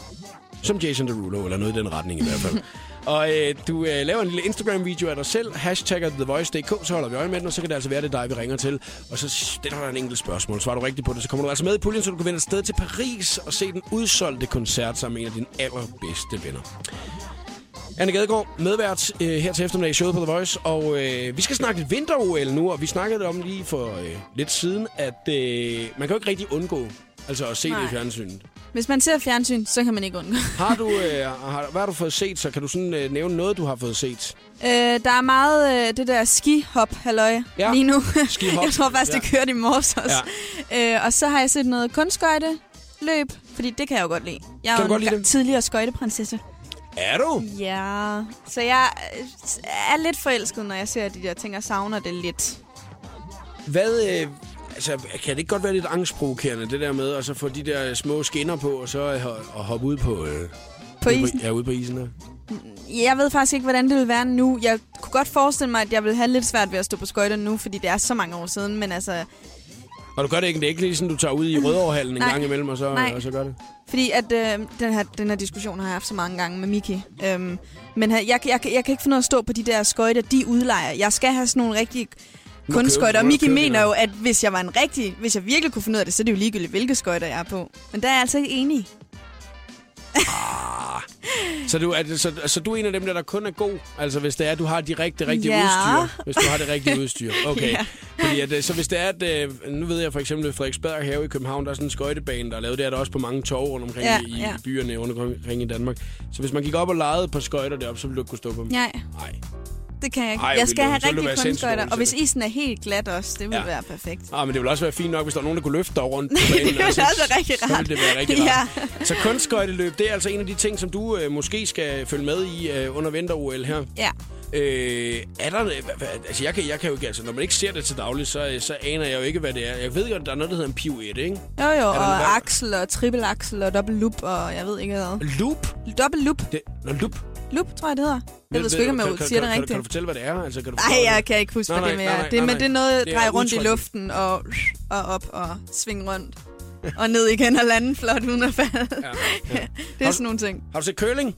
[SPEAKER 1] som Jason Derulo, eller noget i den retning i hvert fald. og øh, du øh, laver en lille Instagram-video af dig selv, hashtagger TheVoice.dk, så holder vi øje med den, og så kan det altså være, det er dig, vi ringer til. Og så stiller der en enkelt spørgsmål. Svarer du rigtigt på det, så kommer du altså med i puljen, så du kan vende afsted til Paris og se den udsolgte koncert sammen med en af dine allerbedste venner. Anne Gadegaard, medvært øh, her til eftermiddag i showet på The Voice, og øh, vi skal snakke lidt vinter-OL nu, og vi snakkede det om lige for øh, lidt siden, at øh, man kan jo ikke rigtig undgå altså at se Nej. det i
[SPEAKER 2] Nej.
[SPEAKER 1] fjernsynet.
[SPEAKER 2] Hvis man ser fjernsyn, så kan man ikke undgå.
[SPEAKER 1] Har du, øh, har, hvad har du fået set, så kan du sådan øh, nævne noget, du har fået set?
[SPEAKER 2] øh, der er meget øh, det der skihop, halløj,
[SPEAKER 1] Ja,
[SPEAKER 2] lige nu.
[SPEAKER 1] skihop.
[SPEAKER 2] jeg tror faktisk, det
[SPEAKER 1] Ja.
[SPEAKER 2] kørte i morges også. Ja. Øh, og så har jeg set noget kunstskøjte løb Fordi det kan jeg jo godt lide. Jeg er
[SPEAKER 1] Kan
[SPEAKER 2] jo
[SPEAKER 1] du godt
[SPEAKER 2] en
[SPEAKER 1] lide
[SPEAKER 2] ga-
[SPEAKER 1] det?
[SPEAKER 2] tidligere skøjteprinsesse.
[SPEAKER 1] Er du?
[SPEAKER 2] Ja, så jeg øh, er lidt forelsket, når jeg ser de der ting, og savner det lidt.
[SPEAKER 1] Hvad, øh, altså, kan det ikke godt være lidt angstprovokerende, det der med at så få de der små skinner på, og så øh, ho- og hoppe ud på, øh,
[SPEAKER 2] På
[SPEAKER 1] ude
[SPEAKER 2] isen.
[SPEAKER 1] Ja, ude på isen der.
[SPEAKER 2] Jeg ved faktisk ikke, hvordan det ville være nu. Jeg kunne godt forestille mig, at jeg ville have lidt svært ved at stå på skøjter nu, fordi det er så mange år siden, men altså...
[SPEAKER 1] Og du gør det ikke, det er ikke lige sådan, du tager ud i Rødovrehallen en
[SPEAKER 2] Nej.
[SPEAKER 1] gang imellem, og så,
[SPEAKER 2] Nej.
[SPEAKER 1] og så gør det.
[SPEAKER 2] Fordi at øh, den, her, den her diskussion har jeg haft så mange gange med Miki. Øhm, men her- jeg, jeg, jeg kan ikke finde ud af at stå på de der skøjter, de udlejer. Jeg skal have sådan nogle rigtige
[SPEAKER 1] Nu kører-
[SPEAKER 2] kunstskøjter. Og
[SPEAKER 1] nu
[SPEAKER 2] Miki
[SPEAKER 1] kører vi
[SPEAKER 2] mener
[SPEAKER 1] noget.
[SPEAKER 2] jo, at hvis jeg var en rigtig, hvis jeg virkelig kunne finde ud af det, så er det jo ligegyldigt, hvilke skøjter jeg er på. Men der er jeg altså ikke enig.
[SPEAKER 1] Så du, er det, så, så du er en af dem der, der kun er god, altså hvis det er, at du har de rigtige, rigtige
[SPEAKER 2] Ja.
[SPEAKER 1] udstyr. Hvis du har det rigtige udstyr. Okay.
[SPEAKER 2] Ja.
[SPEAKER 1] Fordi at, øh, så hvis det er, at, øh, nu ved jeg for eksempel, at Frederiksberg have i København, der er sådan en skøjtebane, der er lavet. Det er der også på mange torv rundt omkring
[SPEAKER 2] Ja,
[SPEAKER 1] ja, i,
[SPEAKER 2] ja.
[SPEAKER 1] i byerne rundt omkring i Danmark. Så hvis man gik op og lejede på skøjter deroppe, så ville du ikke kunne stå på dem.
[SPEAKER 2] Nej,
[SPEAKER 1] Nej.
[SPEAKER 2] det kan jeg ikke.
[SPEAKER 1] Ej,
[SPEAKER 2] jeg
[SPEAKER 1] William,
[SPEAKER 2] skal have
[SPEAKER 1] så vil du
[SPEAKER 2] rigtige
[SPEAKER 1] være sindssygt
[SPEAKER 2] kunstskøjter.
[SPEAKER 1] dårlig
[SPEAKER 2] Og
[SPEAKER 1] til
[SPEAKER 2] hvis
[SPEAKER 1] det.
[SPEAKER 2] isen er helt glat også, det ville
[SPEAKER 1] Ja.
[SPEAKER 2] ja. være perfekt.
[SPEAKER 1] Ah, men det ville også være fint nok, hvis der var nogen, der kunne løfte dig rundt. på
[SPEAKER 2] det
[SPEAKER 1] banen,
[SPEAKER 2] ville
[SPEAKER 1] altså,
[SPEAKER 2] også være rigtig
[SPEAKER 1] Så
[SPEAKER 2] rart.
[SPEAKER 1] ville det være rigtig rart.
[SPEAKER 2] Ja.
[SPEAKER 1] Så kunstskøjteløb, det er altså en af de ting, som du øh, måske skal følge med i øh, under vinter-OL her.
[SPEAKER 2] Ja.
[SPEAKER 1] Øh, er der, hva- hva- altså jeg kan, jeg kan jo ikke, altså når man ikke ser det til daglig, så, øh, så aner jeg jo ikke, hvad det er. Jeg ved godt, der er noget, der hedder en pirouette, ikke?
[SPEAKER 2] Jo jo,
[SPEAKER 1] der noget-
[SPEAKER 2] og aksel og trippelaksel og dobbelt loop og jeg ved ikke hvad.
[SPEAKER 1] Loop?
[SPEAKER 2] Dobbelt loop.
[SPEAKER 1] Det, nå, loop.
[SPEAKER 2] Loop, tror jeg, det hedder. Jeg ved sgu ikke, om jeg
[SPEAKER 1] kan- kan-
[SPEAKER 2] siger det
[SPEAKER 1] kan- Kan, kan
[SPEAKER 2] rigtigt.
[SPEAKER 1] du fortælle, hvad det er? Altså, kan du
[SPEAKER 2] Nej,
[SPEAKER 1] forklare
[SPEAKER 2] jeg
[SPEAKER 1] det?
[SPEAKER 2] kan ikke huske,
[SPEAKER 1] Nej,
[SPEAKER 2] hvad det
[SPEAKER 1] nej,
[SPEAKER 2] mere
[SPEAKER 1] nej,
[SPEAKER 2] er.
[SPEAKER 1] nej,
[SPEAKER 2] Det,
[SPEAKER 1] nej,
[SPEAKER 2] men
[SPEAKER 1] nej.
[SPEAKER 2] det er noget,
[SPEAKER 1] Det
[SPEAKER 2] der
[SPEAKER 1] er
[SPEAKER 2] drejer rundt i
[SPEAKER 1] udtrykket.
[SPEAKER 2] luften og, og op og svinge rundt. Og ned igen og lande flot uden at falde.
[SPEAKER 1] Ja,
[SPEAKER 2] Ja.
[SPEAKER 1] ja.
[SPEAKER 2] Det er sådan nogle ting.
[SPEAKER 1] Har du set curling?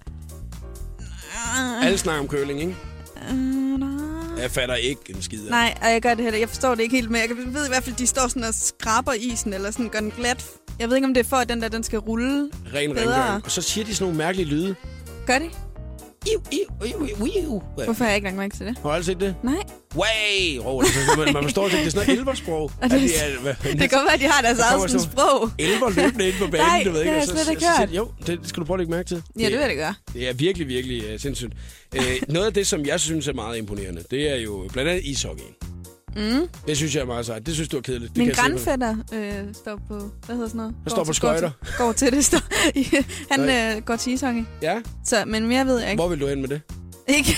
[SPEAKER 1] Alle snakker om curling, ikke? Jeg fatter ikke en skid. af
[SPEAKER 2] Nej, og jeg gør det heller. Jeg forstår det ikke helt, men jeg ved i hvert fald, at de står sådan og skraber isen, eller sådan gør den glat. Jeg ved ikke, om det er for, at den der, den skal rulle.
[SPEAKER 1] det. Ren
[SPEAKER 2] bedre.
[SPEAKER 1] rengøring. Og så siger de sådan nogle mærkelige lyde.
[SPEAKER 2] Gør det?
[SPEAKER 1] Iu, iu, iu, iu, iu. Hvad?
[SPEAKER 2] Hvorfor har jeg ikke lagt mærke til det?
[SPEAKER 1] Har du aldrig set det?
[SPEAKER 2] Nej.
[SPEAKER 1] Way! Oh, det er sådan, man, man forstår ikke, det er sådan noget elversprog.
[SPEAKER 2] Og det-
[SPEAKER 1] er, hvad,
[SPEAKER 2] Det kan godt være, at de har deres
[SPEAKER 1] Der kommer
[SPEAKER 2] eget sådan
[SPEAKER 1] sådan-
[SPEAKER 2] sprog.
[SPEAKER 1] Elver løbende ind på banen,
[SPEAKER 2] Nej,
[SPEAKER 1] du ved
[SPEAKER 2] det
[SPEAKER 1] ikke.
[SPEAKER 2] har
[SPEAKER 1] og
[SPEAKER 2] jeg
[SPEAKER 1] så-
[SPEAKER 2] slet
[SPEAKER 1] så-
[SPEAKER 2] ikke
[SPEAKER 1] så-
[SPEAKER 2] hørt.
[SPEAKER 1] Jo, det, det skal du prøve at lægge mærke til.
[SPEAKER 2] Ja, det vil jeg da gøre.
[SPEAKER 1] Det er virkelig, virkelig uh, sindssygt. Uh, noget af det, som jeg synes er meget imponerende, det er jo blandt andet ishockey.
[SPEAKER 2] Mm.
[SPEAKER 1] Det synes jeg er meget sejt. Det synes du er kedeligt. Det
[SPEAKER 2] Min
[SPEAKER 1] kan jeg se på dig.
[SPEAKER 2] grandfætter øh, står på, hvad hedder sådan noget? Går
[SPEAKER 1] står på
[SPEAKER 2] til-
[SPEAKER 1] skøjter.
[SPEAKER 2] Går, til- går til det. Står, han øh, går til ishockey.
[SPEAKER 1] Ja,
[SPEAKER 2] Så, men mere ved jeg ikke.
[SPEAKER 1] hvor vil du hen med det?
[SPEAKER 2] Ikke,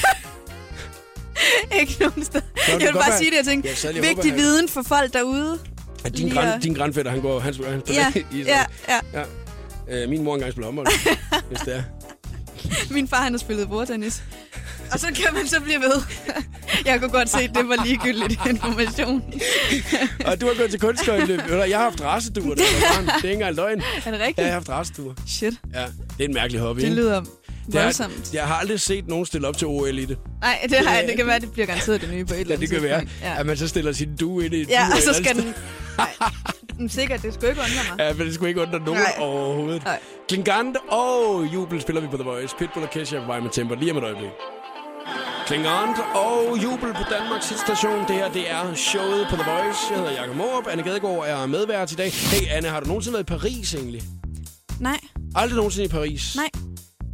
[SPEAKER 2] ikke nogen sted.
[SPEAKER 1] kan
[SPEAKER 2] Jeg vil
[SPEAKER 1] godt
[SPEAKER 2] bare
[SPEAKER 1] være-
[SPEAKER 2] sige det, jeg tænkte.
[SPEAKER 1] Ja, så jeg håber,
[SPEAKER 2] Vigtig
[SPEAKER 1] han-
[SPEAKER 2] viden for folk derude.
[SPEAKER 1] At din,
[SPEAKER 2] Lige
[SPEAKER 1] grand,
[SPEAKER 2] at-
[SPEAKER 1] din grandfætter, han går han spiller, han spiller
[SPEAKER 2] Ja,
[SPEAKER 1] ishockey.
[SPEAKER 2] ja, ja.
[SPEAKER 1] Øh, min mor engang spiller håndbold, hvis det er.
[SPEAKER 2] Min far, han har spillet bordtennis. Og så kan man så blive ved. Jeg kunne godt se, at det var ligegyldigt information.
[SPEAKER 1] Og du har gået til kunstskøjteløb. Ved du hvad, Jeg har haft raseduer, der var barn. Det er ikke engang løgn.
[SPEAKER 2] Er det
[SPEAKER 1] Jeg har
[SPEAKER 2] rigtigt?
[SPEAKER 1] haft raseduer.
[SPEAKER 2] Shit,
[SPEAKER 1] Ja, det er en mærkelig hobby,
[SPEAKER 2] det
[SPEAKER 1] ikke?
[SPEAKER 2] lyder
[SPEAKER 1] Det er-
[SPEAKER 2] voldsomt.
[SPEAKER 1] Jeg har aldrig set nogen stille op til OL i det.
[SPEAKER 2] Nej, det, har jeg- det kan være, det bliver garanteret det nye på et eller
[SPEAKER 1] Ja, det
[SPEAKER 2] andet
[SPEAKER 1] kan være,
[SPEAKER 2] tidspunkt.
[SPEAKER 1] ja.
[SPEAKER 2] Ja.
[SPEAKER 1] at man så stiller sin due ind i et
[SPEAKER 2] Ja,
[SPEAKER 1] bur
[SPEAKER 2] og så
[SPEAKER 1] et
[SPEAKER 2] skal
[SPEAKER 1] eller andet
[SPEAKER 2] den... Nej, den sikkert, det skulle ikke undre mig.
[SPEAKER 1] sted. Ja, men det skulle ikke under nogen
[SPEAKER 2] Nej.
[SPEAKER 1] overhovedet.
[SPEAKER 2] Nej.
[SPEAKER 1] Klingant og Jubel spiller vi på The Voice. Pitbull og Kesha på vej med temper lige om et øjeblik. Klingant og Jubel på Danmarks hitstation. Det her, det er showet på The Voice. Jeg hedder Jakob Morup. Anne Gadegaard er medvært i dag. Hey, Anne, har du nogensinde været i Paris egentlig?
[SPEAKER 2] Nej,
[SPEAKER 1] Aldrig nogensinde i Paris.
[SPEAKER 2] Nej.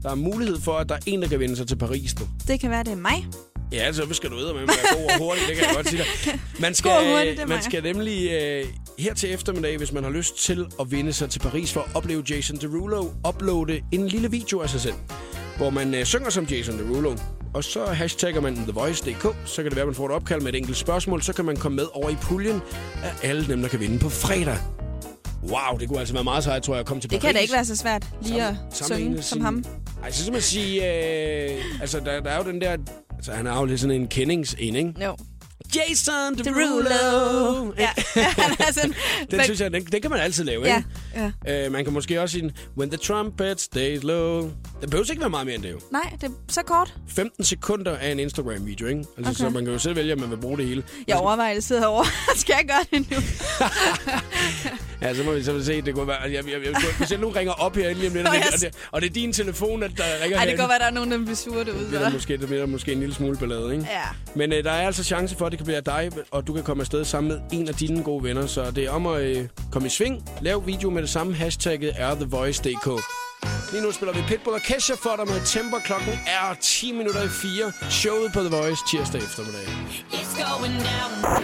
[SPEAKER 1] Der er mulighed for, at der er en, der kan vende sig til Paris nu.
[SPEAKER 2] det kan være, det er mig.
[SPEAKER 1] Ja, altså, så skal du ud med at være god og hurtig, det kan jeg godt sige dig. Man skal,
[SPEAKER 2] God og hurtig, det er
[SPEAKER 1] man
[SPEAKER 2] mig.
[SPEAKER 1] skal nemlig øh, her til eftermiddag, hvis man har lyst til at vinde sig til Paris for at opleve Jason Derulo, uploade en lille video af sig selv, hvor man øh, synger som Jason Derulo. Og så hashtagger man TheVoice.dk, så kan det være, at man får et opkald med et enkelt spørgsmål, så kan man komme med over i puljen af alle dem, der kan vinde på fredag. Wow, det kunne altså være meget sejt, tror jeg, at komme til
[SPEAKER 2] Det
[SPEAKER 1] Paris.
[SPEAKER 2] kan da ikke være så svært lige at synge
[SPEAKER 1] sammenligne
[SPEAKER 2] som
[SPEAKER 1] sin-
[SPEAKER 2] ham.
[SPEAKER 1] Ej, så skal man sige, øh, altså der, der er jo den der, altså han er jo lidt sådan en kendingsen, ikke?
[SPEAKER 2] Jo.
[SPEAKER 1] Jason Derulo.
[SPEAKER 2] Derulo. Ja, han er sådan...
[SPEAKER 1] Den synes jeg, den, den kan man altid lave,
[SPEAKER 2] Ja,
[SPEAKER 1] ikke?
[SPEAKER 2] ja.
[SPEAKER 1] Øh, man kan måske også sige, en, when the trumpet stays low. Den behøver ikke være meget mere end det jo.
[SPEAKER 2] Nej, det er så kort.
[SPEAKER 1] 15 sekunder af en Instagram-video, ikke? Altså, okay.
[SPEAKER 2] Okay.
[SPEAKER 1] så man kan jo selv vælge, om man vil bruge det hele.
[SPEAKER 2] Jeg overvejer, at jeg sidder herovre. Skal jeg gøre det nu?
[SPEAKER 1] Ja, så må vi så se, det kunne være... Jeg, jeg, jeg, jeg, hvis jeg nu ringer op her lige om lidt, og det, og, det, og det er din telefon, at der ringer
[SPEAKER 2] Ej, det
[SPEAKER 1] herinde,
[SPEAKER 2] kan godt være, der er nogen, der bliver sure
[SPEAKER 1] så
[SPEAKER 2] derude.
[SPEAKER 1] bliver der
[SPEAKER 2] hva'?
[SPEAKER 1] måske, der bliver der måske en lille smule ballade, ikke?
[SPEAKER 2] Ja.
[SPEAKER 1] Men øh, der er altså chance for, at det kan blive dig, og du kan komme afsted sammen med en af dine gode venner. Så det er om at øh, komme i sving. Lav video med det samme. Hashtagget er TheVoice.dk. Lige nu spiller vi Pitbull og Kesha for dig med Temper. Klokken er 10 minutter i 4. Showet på The Voice tirsdag eftermiddag.
[SPEAKER 4] It's going down.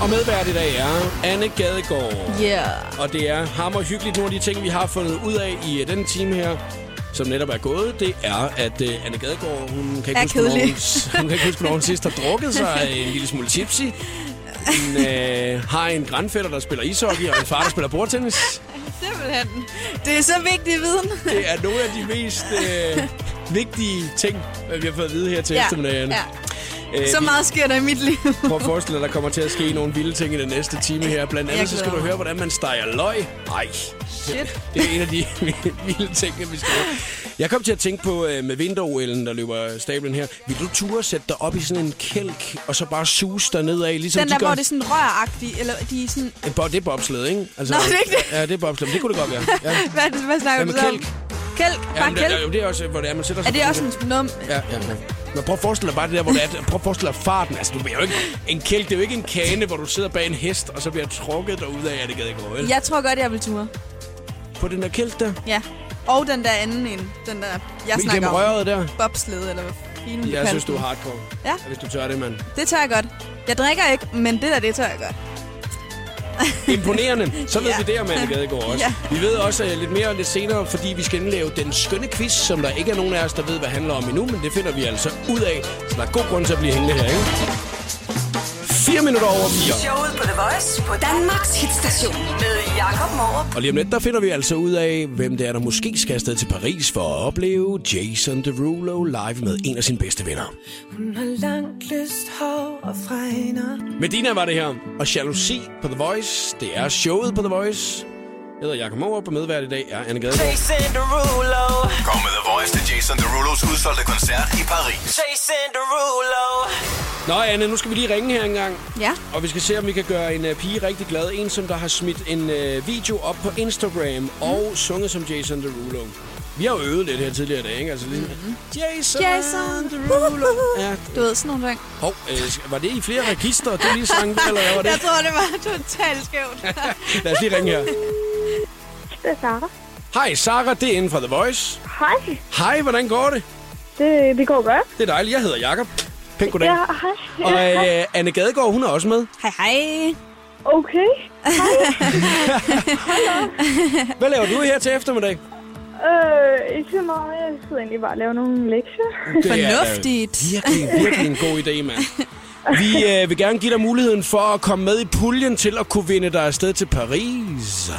[SPEAKER 1] Og medvært i dag er Anne Gadegaard.
[SPEAKER 2] Yeah.
[SPEAKER 1] Og det er hammer hyggeligt. Nogle af de ting, vi har fundet ud af i øh, denne time her, som netop er gået, det er, at uh, Anne Gadegaard, hun kan ikke
[SPEAKER 2] Er
[SPEAKER 1] huske, hvornår
[SPEAKER 2] kedelig.
[SPEAKER 1] hun, hun kan ikke huske, hvornår hun sidst har drukket sig en lille smule tipsy. Hun øh, har en grandfætter, der spiller ishockey, og en far, der spiller bordtennis.
[SPEAKER 2] Simpelthen. Det er så vigtig viden.
[SPEAKER 1] Det er nogle af de mest øh, vigtige ting, øh, vi har fået at vide her til eftermiddagen.
[SPEAKER 2] ja.
[SPEAKER 1] Øh,
[SPEAKER 2] Så
[SPEAKER 1] vi-
[SPEAKER 2] meget sker der i mit liv.
[SPEAKER 1] Prøv at forestille dig, der kommer til at ske nogle vilde ting i den næste time her. Blandt andet
[SPEAKER 2] Jeg
[SPEAKER 1] så skal du
[SPEAKER 2] glæder mig.
[SPEAKER 1] høre, hvordan man steger løg. Ej,
[SPEAKER 2] Shit.
[SPEAKER 1] det er en af de vilde ting, vi skal høre. Jeg kom til at tænke på øh, med vinterolden, der løber stablen her. Vil du ture sætte dig op i sådan en kælk, og så bare suse dig nedad, ligesom
[SPEAKER 2] Den
[SPEAKER 1] de
[SPEAKER 2] der,
[SPEAKER 1] gør?
[SPEAKER 2] hvor det er sådan røragtigt, eller de er sådan...
[SPEAKER 1] Øh, bo- Det er bobsled, ikke? Altså,
[SPEAKER 2] Nå, det er ikke det.
[SPEAKER 1] Ja, det er bobsled, men det kunne det godt være. Ja.
[SPEAKER 2] Hvad, hvad snakker
[SPEAKER 1] Ja,
[SPEAKER 2] du
[SPEAKER 1] men
[SPEAKER 2] så om?
[SPEAKER 1] kælk.
[SPEAKER 2] Kælk.
[SPEAKER 1] Ja,
[SPEAKER 2] Bare
[SPEAKER 1] men det,
[SPEAKER 2] kælk.
[SPEAKER 1] det, det er også, hvor det er, man sætter
[SPEAKER 2] Er
[SPEAKER 1] sig
[SPEAKER 2] det
[SPEAKER 1] på
[SPEAKER 2] også
[SPEAKER 1] en-
[SPEAKER 2] en num?
[SPEAKER 1] Ja, ja. Men prøv at forestille dig bare det der, hvor det er. Prøv at forestille dig farten. Altså, du bliver jo ikke en kælk. Det er jo ikke en kane, hvor du sidder bag en hest, og så bliver trukket derud af, at det gad ikke vel?
[SPEAKER 2] Jeg tror godt, jeg vil ture.
[SPEAKER 1] På den der kælk der.
[SPEAKER 2] Ja. Og den der anden en. Den der, jeg
[SPEAKER 1] Igennem
[SPEAKER 2] snakker om.
[SPEAKER 1] røret der.
[SPEAKER 2] Bobsled, eller hvad filen
[SPEAKER 1] Jeg
[SPEAKER 2] kaldte
[SPEAKER 1] synes, du er
[SPEAKER 2] den.
[SPEAKER 1] hardcore.
[SPEAKER 2] Ja.
[SPEAKER 1] Hvis du tør det, mand.
[SPEAKER 2] Det tør jeg godt. Jeg drikker ikke, men det der, det tør jeg godt.
[SPEAKER 1] Imponerende. Så ved
[SPEAKER 2] Ja.
[SPEAKER 1] vi det om Anne Gadegaard også.
[SPEAKER 2] Ja.
[SPEAKER 1] Vi ved også øh, lidt mere lidt senere, fordi vi skal indlave den skønne quiz, som der ikke er nogen af os, der ved, hvad handler om endnu, men det finder vi altså ud af. Så der er god grund til at blive hængende her, ikke? 4 minutter over 4.
[SPEAKER 3] Showet på The Voice på Danmarks hitstation med Jakob Morup.
[SPEAKER 1] Og lige om lidt, der finder vi altså ud af, hvem det er, der måske skal afsted til Paris for at opleve Jason Derulo live med en af sine bedste venner.
[SPEAKER 5] Hun har langt lyst hår og fregner.
[SPEAKER 1] Medina var det her, og jalousi på The Voice, det er showet på The Voice. Jeg hedder Jakob Morup, og medvært i dag er Anne Gadegaard.
[SPEAKER 6] Jason Derulo,
[SPEAKER 7] Kom med The Voice til Jason Derulos udsolgte koncert i Paris.
[SPEAKER 6] Jason Derulo,
[SPEAKER 1] Nå Anne, nu skal vi lige ringe her engang,
[SPEAKER 2] Ja.
[SPEAKER 1] og vi skal se, om vi kan gøre en uh, pige rigtig glad. En, som der har smidt en uh, video op på Instagram og sunget som Jason Derulo. Vi har jo øvet lidt her tidligere i dag, ikke? Altså lige... Jason,
[SPEAKER 2] Jason
[SPEAKER 1] Derulo. Ja,
[SPEAKER 2] Du ved, sådan nogle ting.
[SPEAKER 1] Hov, øh, var det i flere register, du lige sang det, eller hvad var det?
[SPEAKER 2] Jeg tror, det var totalt skævt.
[SPEAKER 1] Lad os lige ringe her.
[SPEAKER 8] Det er Sara.
[SPEAKER 1] Hej, Sara, det er inden for The Voice.
[SPEAKER 8] Hej.
[SPEAKER 1] Hej, hvordan går det?
[SPEAKER 8] Det, det går godt.
[SPEAKER 1] Det er dejligt, jeg hedder Jakob. Pænt goddag.
[SPEAKER 8] Ja, hej.
[SPEAKER 1] Og øh, Anne Gadegaard, hun er også med.
[SPEAKER 2] hej, hej.
[SPEAKER 8] Okay.
[SPEAKER 1] Hvad laver du her til eftermiddag?
[SPEAKER 8] Øh, ikke så meget. Jeg sidder egentlig bare og laver nogle lektier.
[SPEAKER 1] da
[SPEAKER 2] Fornuftigt.
[SPEAKER 1] virkelig, virkelig en god idé, mand. Vi øh, vil gerne give dig muligheden for at komme med i puljen til at kunne vinde dig afsted til Paris.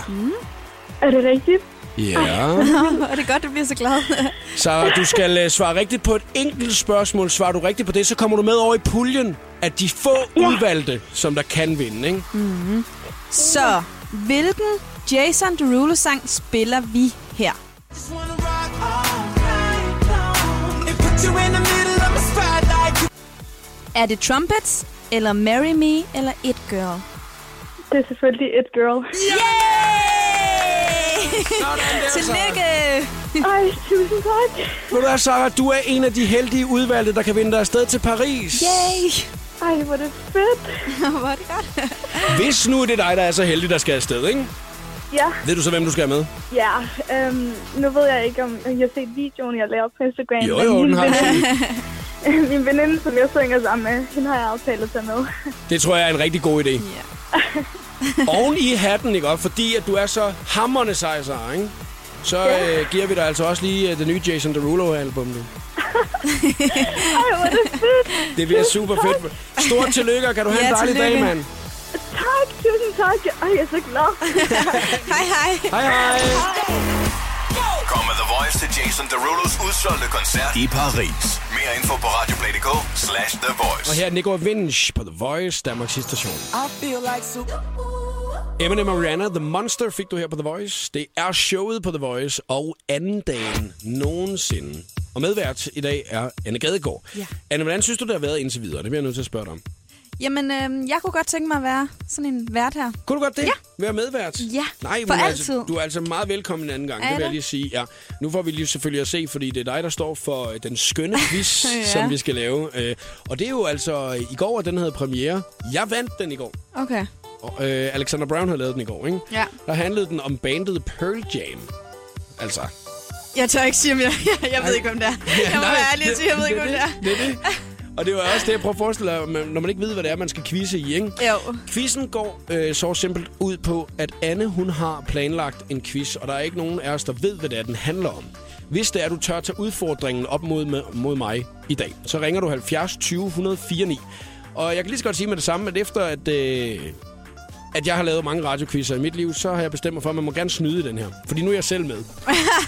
[SPEAKER 8] Er det rigtigt?
[SPEAKER 1] Ja. Yeah.
[SPEAKER 2] Hvor er det godt, du bliver så glad.
[SPEAKER 1] Så du skal øh, svare rigtigt på et enkelt spørgsmål. Svarer du rigtigt på det, så kommer du med over i puljen af de få ja. udvalgte, som der kan vinde, ikke?
[SPEAKER 2] så, hvilken Jason Derulo-sang spiller vi her?
[SPEAKER 6] Just wanna rock all night long and put you in the middle of my spotlight.
[SPEAKER 2] Er det Trumpets, eller Marry Me, eller It Girl?
[SPEAKER 8] Det er selvfølgelig et girl.
[SPEAKER 2] Yay!
[SPEAKER 1] Altså-
[SPEAKER 2] Tillykke!
[SPEAKER 8] Ej, tusind tak.
[SPEAKER 1] Ved du hvad, Sarah, du er en af de heldige udvalgte, der kan vinde dig afsted til Paris.
[SPEAKER 2] Yay!
[SPEAKER 8] Ej, hvor er det fedt.
[SPEAKER 2] Hvor er det godt.
[SPEAKER 1] Hvis nu er det dig, der er så heldig, der skal afsted, ikke?
[SPEAKER 8] Ja,
[SPEAKER 1] Ved du så, hvem du skal have med?
[SPEAKER 8] ja. Øhm, nu ved jeg ikke, om I har set videoen, jeg lavede på Instagram.
[SPEAKER 1] Jo,
[SPEAKER 8] men
[SPEAKER 1] jo,
[SPEAKER 8] min
[SPEAKER 1] den har
[SPEAKER 8] veninde,
[SPEAKER 1] jeg.
[SPEAKER 8] Min veninde, som jeg synger sammen med, hende har jeg aftalt at tage med.
[SPEAKER 1] Det tror jeg er en rigtig god idé.
[SPEAKER 2] Ja.
[SPEAKER 1] Oven i hatten, ikke? Og fordi at du er så hammerne sej, Sarah, ikke? Så øh, giver vi dig altså også lige øh, det nye Jason Derulo-album nu.
[SPEAKER 8] Ej, hvor er det fedt.
[SPEAKER 1] Det bliver super fedt. Stort tillykke, og kan du have
[SPEAKER 2] Ja,
[SPEAKER 1] en dejlig dag,
[SPEAKER 2] tillykke.
[SPEAKER 1] mand.
[SPEAKER 8] Tak, tusind tak. Ej, jeg er så glad.
[SPEAKER 2] Hej,
[SPEAKER 1] Hej,
[SPEAKER 2] hej.
[SPEAKER 1] hej.
[SPEAKER 7] Kom med The Voice til Jason Derulos udsolgte koncert i Paris. Mere info på radioplay.dk slash The Voice.
[SPEAKER 1] Og her er Nico Vinch på The Voice, Danmarks station.
[SPEAKER 6] I feel like super.
[SPEAKER 1] Eminem og Rihanna, The Monster, fik du her på The Voice. Det er showet på The Voice, og anden dagen nogensinde. Og medvært i dag er Anne Gadegaard.
[SPEAKER 2] Ja.
[SPEAKER 1] Anne, hvordan synes du, det har været indtil videre? Det bliver jeg nødt til at spørge dig om.
[SPEAKER 2] Jamen, øhm, jeg kunne godt tænke mig at være sådan en vært her.
[SPEAKER 1] Kunne du godt det? Ja. Være medvært?
[SPEAKER 2] Ja,
[SPEAKER 1] Nej,
[SPEAKER 2] for
[SPEAKER 1] men
[SPEAKER 2] altid.
[SPEAKER 1] Altså, du er altså meget velkommen en anden gang,
[SPEAKER 2] Er
[SPEAKER 1] det
[SPEAKER 2] jeg
[SPEAKER 1] vil jeg
[SPEAKER 2] det?
[SPEAKER 1] lige sige. Ja. Nu får vi lige selvfølgelig at se, fordi det er dig, der står for øh, den skønne quiz,
[SPEAKER 2] Ja.
[SPEAKER 1] som vi skal lave. Øh, Og det er jo altså øh, i går, at den havde premiere. Jeg vandt den i går.
[SPEAKER 2] Okay.
[SPEAKER 1] Og, øh, Alexander Brown havde lavet den i går, ikke?
[SPEAKER 2] Ja.
[SPEAKER 1] Der handlede den om bandet Pearl Jam. Altså.
[SPEAKER 2] Jeg tør ikke sige, om jeg, jeg, jeg ved ikke, hvem det er. Jeg må
[SPEAKER 1] Nej,
[SPEAKER 2] være ærlig og sige, jeg ved ikke, hvem det er.
[SPEAKER 1] Det er det. Og det var også det, jeg prøver at forestille dig, men når man ikke ved, hvad det er, man skal quizze i, ikke?
[SPEAKER 2] Jo.
[SPEAKER 1] Quizzen går øh, så simpelt ud på, at Anne hun har planlagt en quiz, og der er ikke nogen af os, der ved, hvad det er, den handler om. Hvis det er, du tør tage udfordringen op mod, med, mod mig i dag, så ringer du 70 20 104 9. Og jeg kan lige så godt sige med det samme, at efter at, øh, at jeg har lavet mange radioquizzer i mit liv, så har jeg bestemt mig for, at man må gerne snyde i den her. Fordi nu er jeg selv med.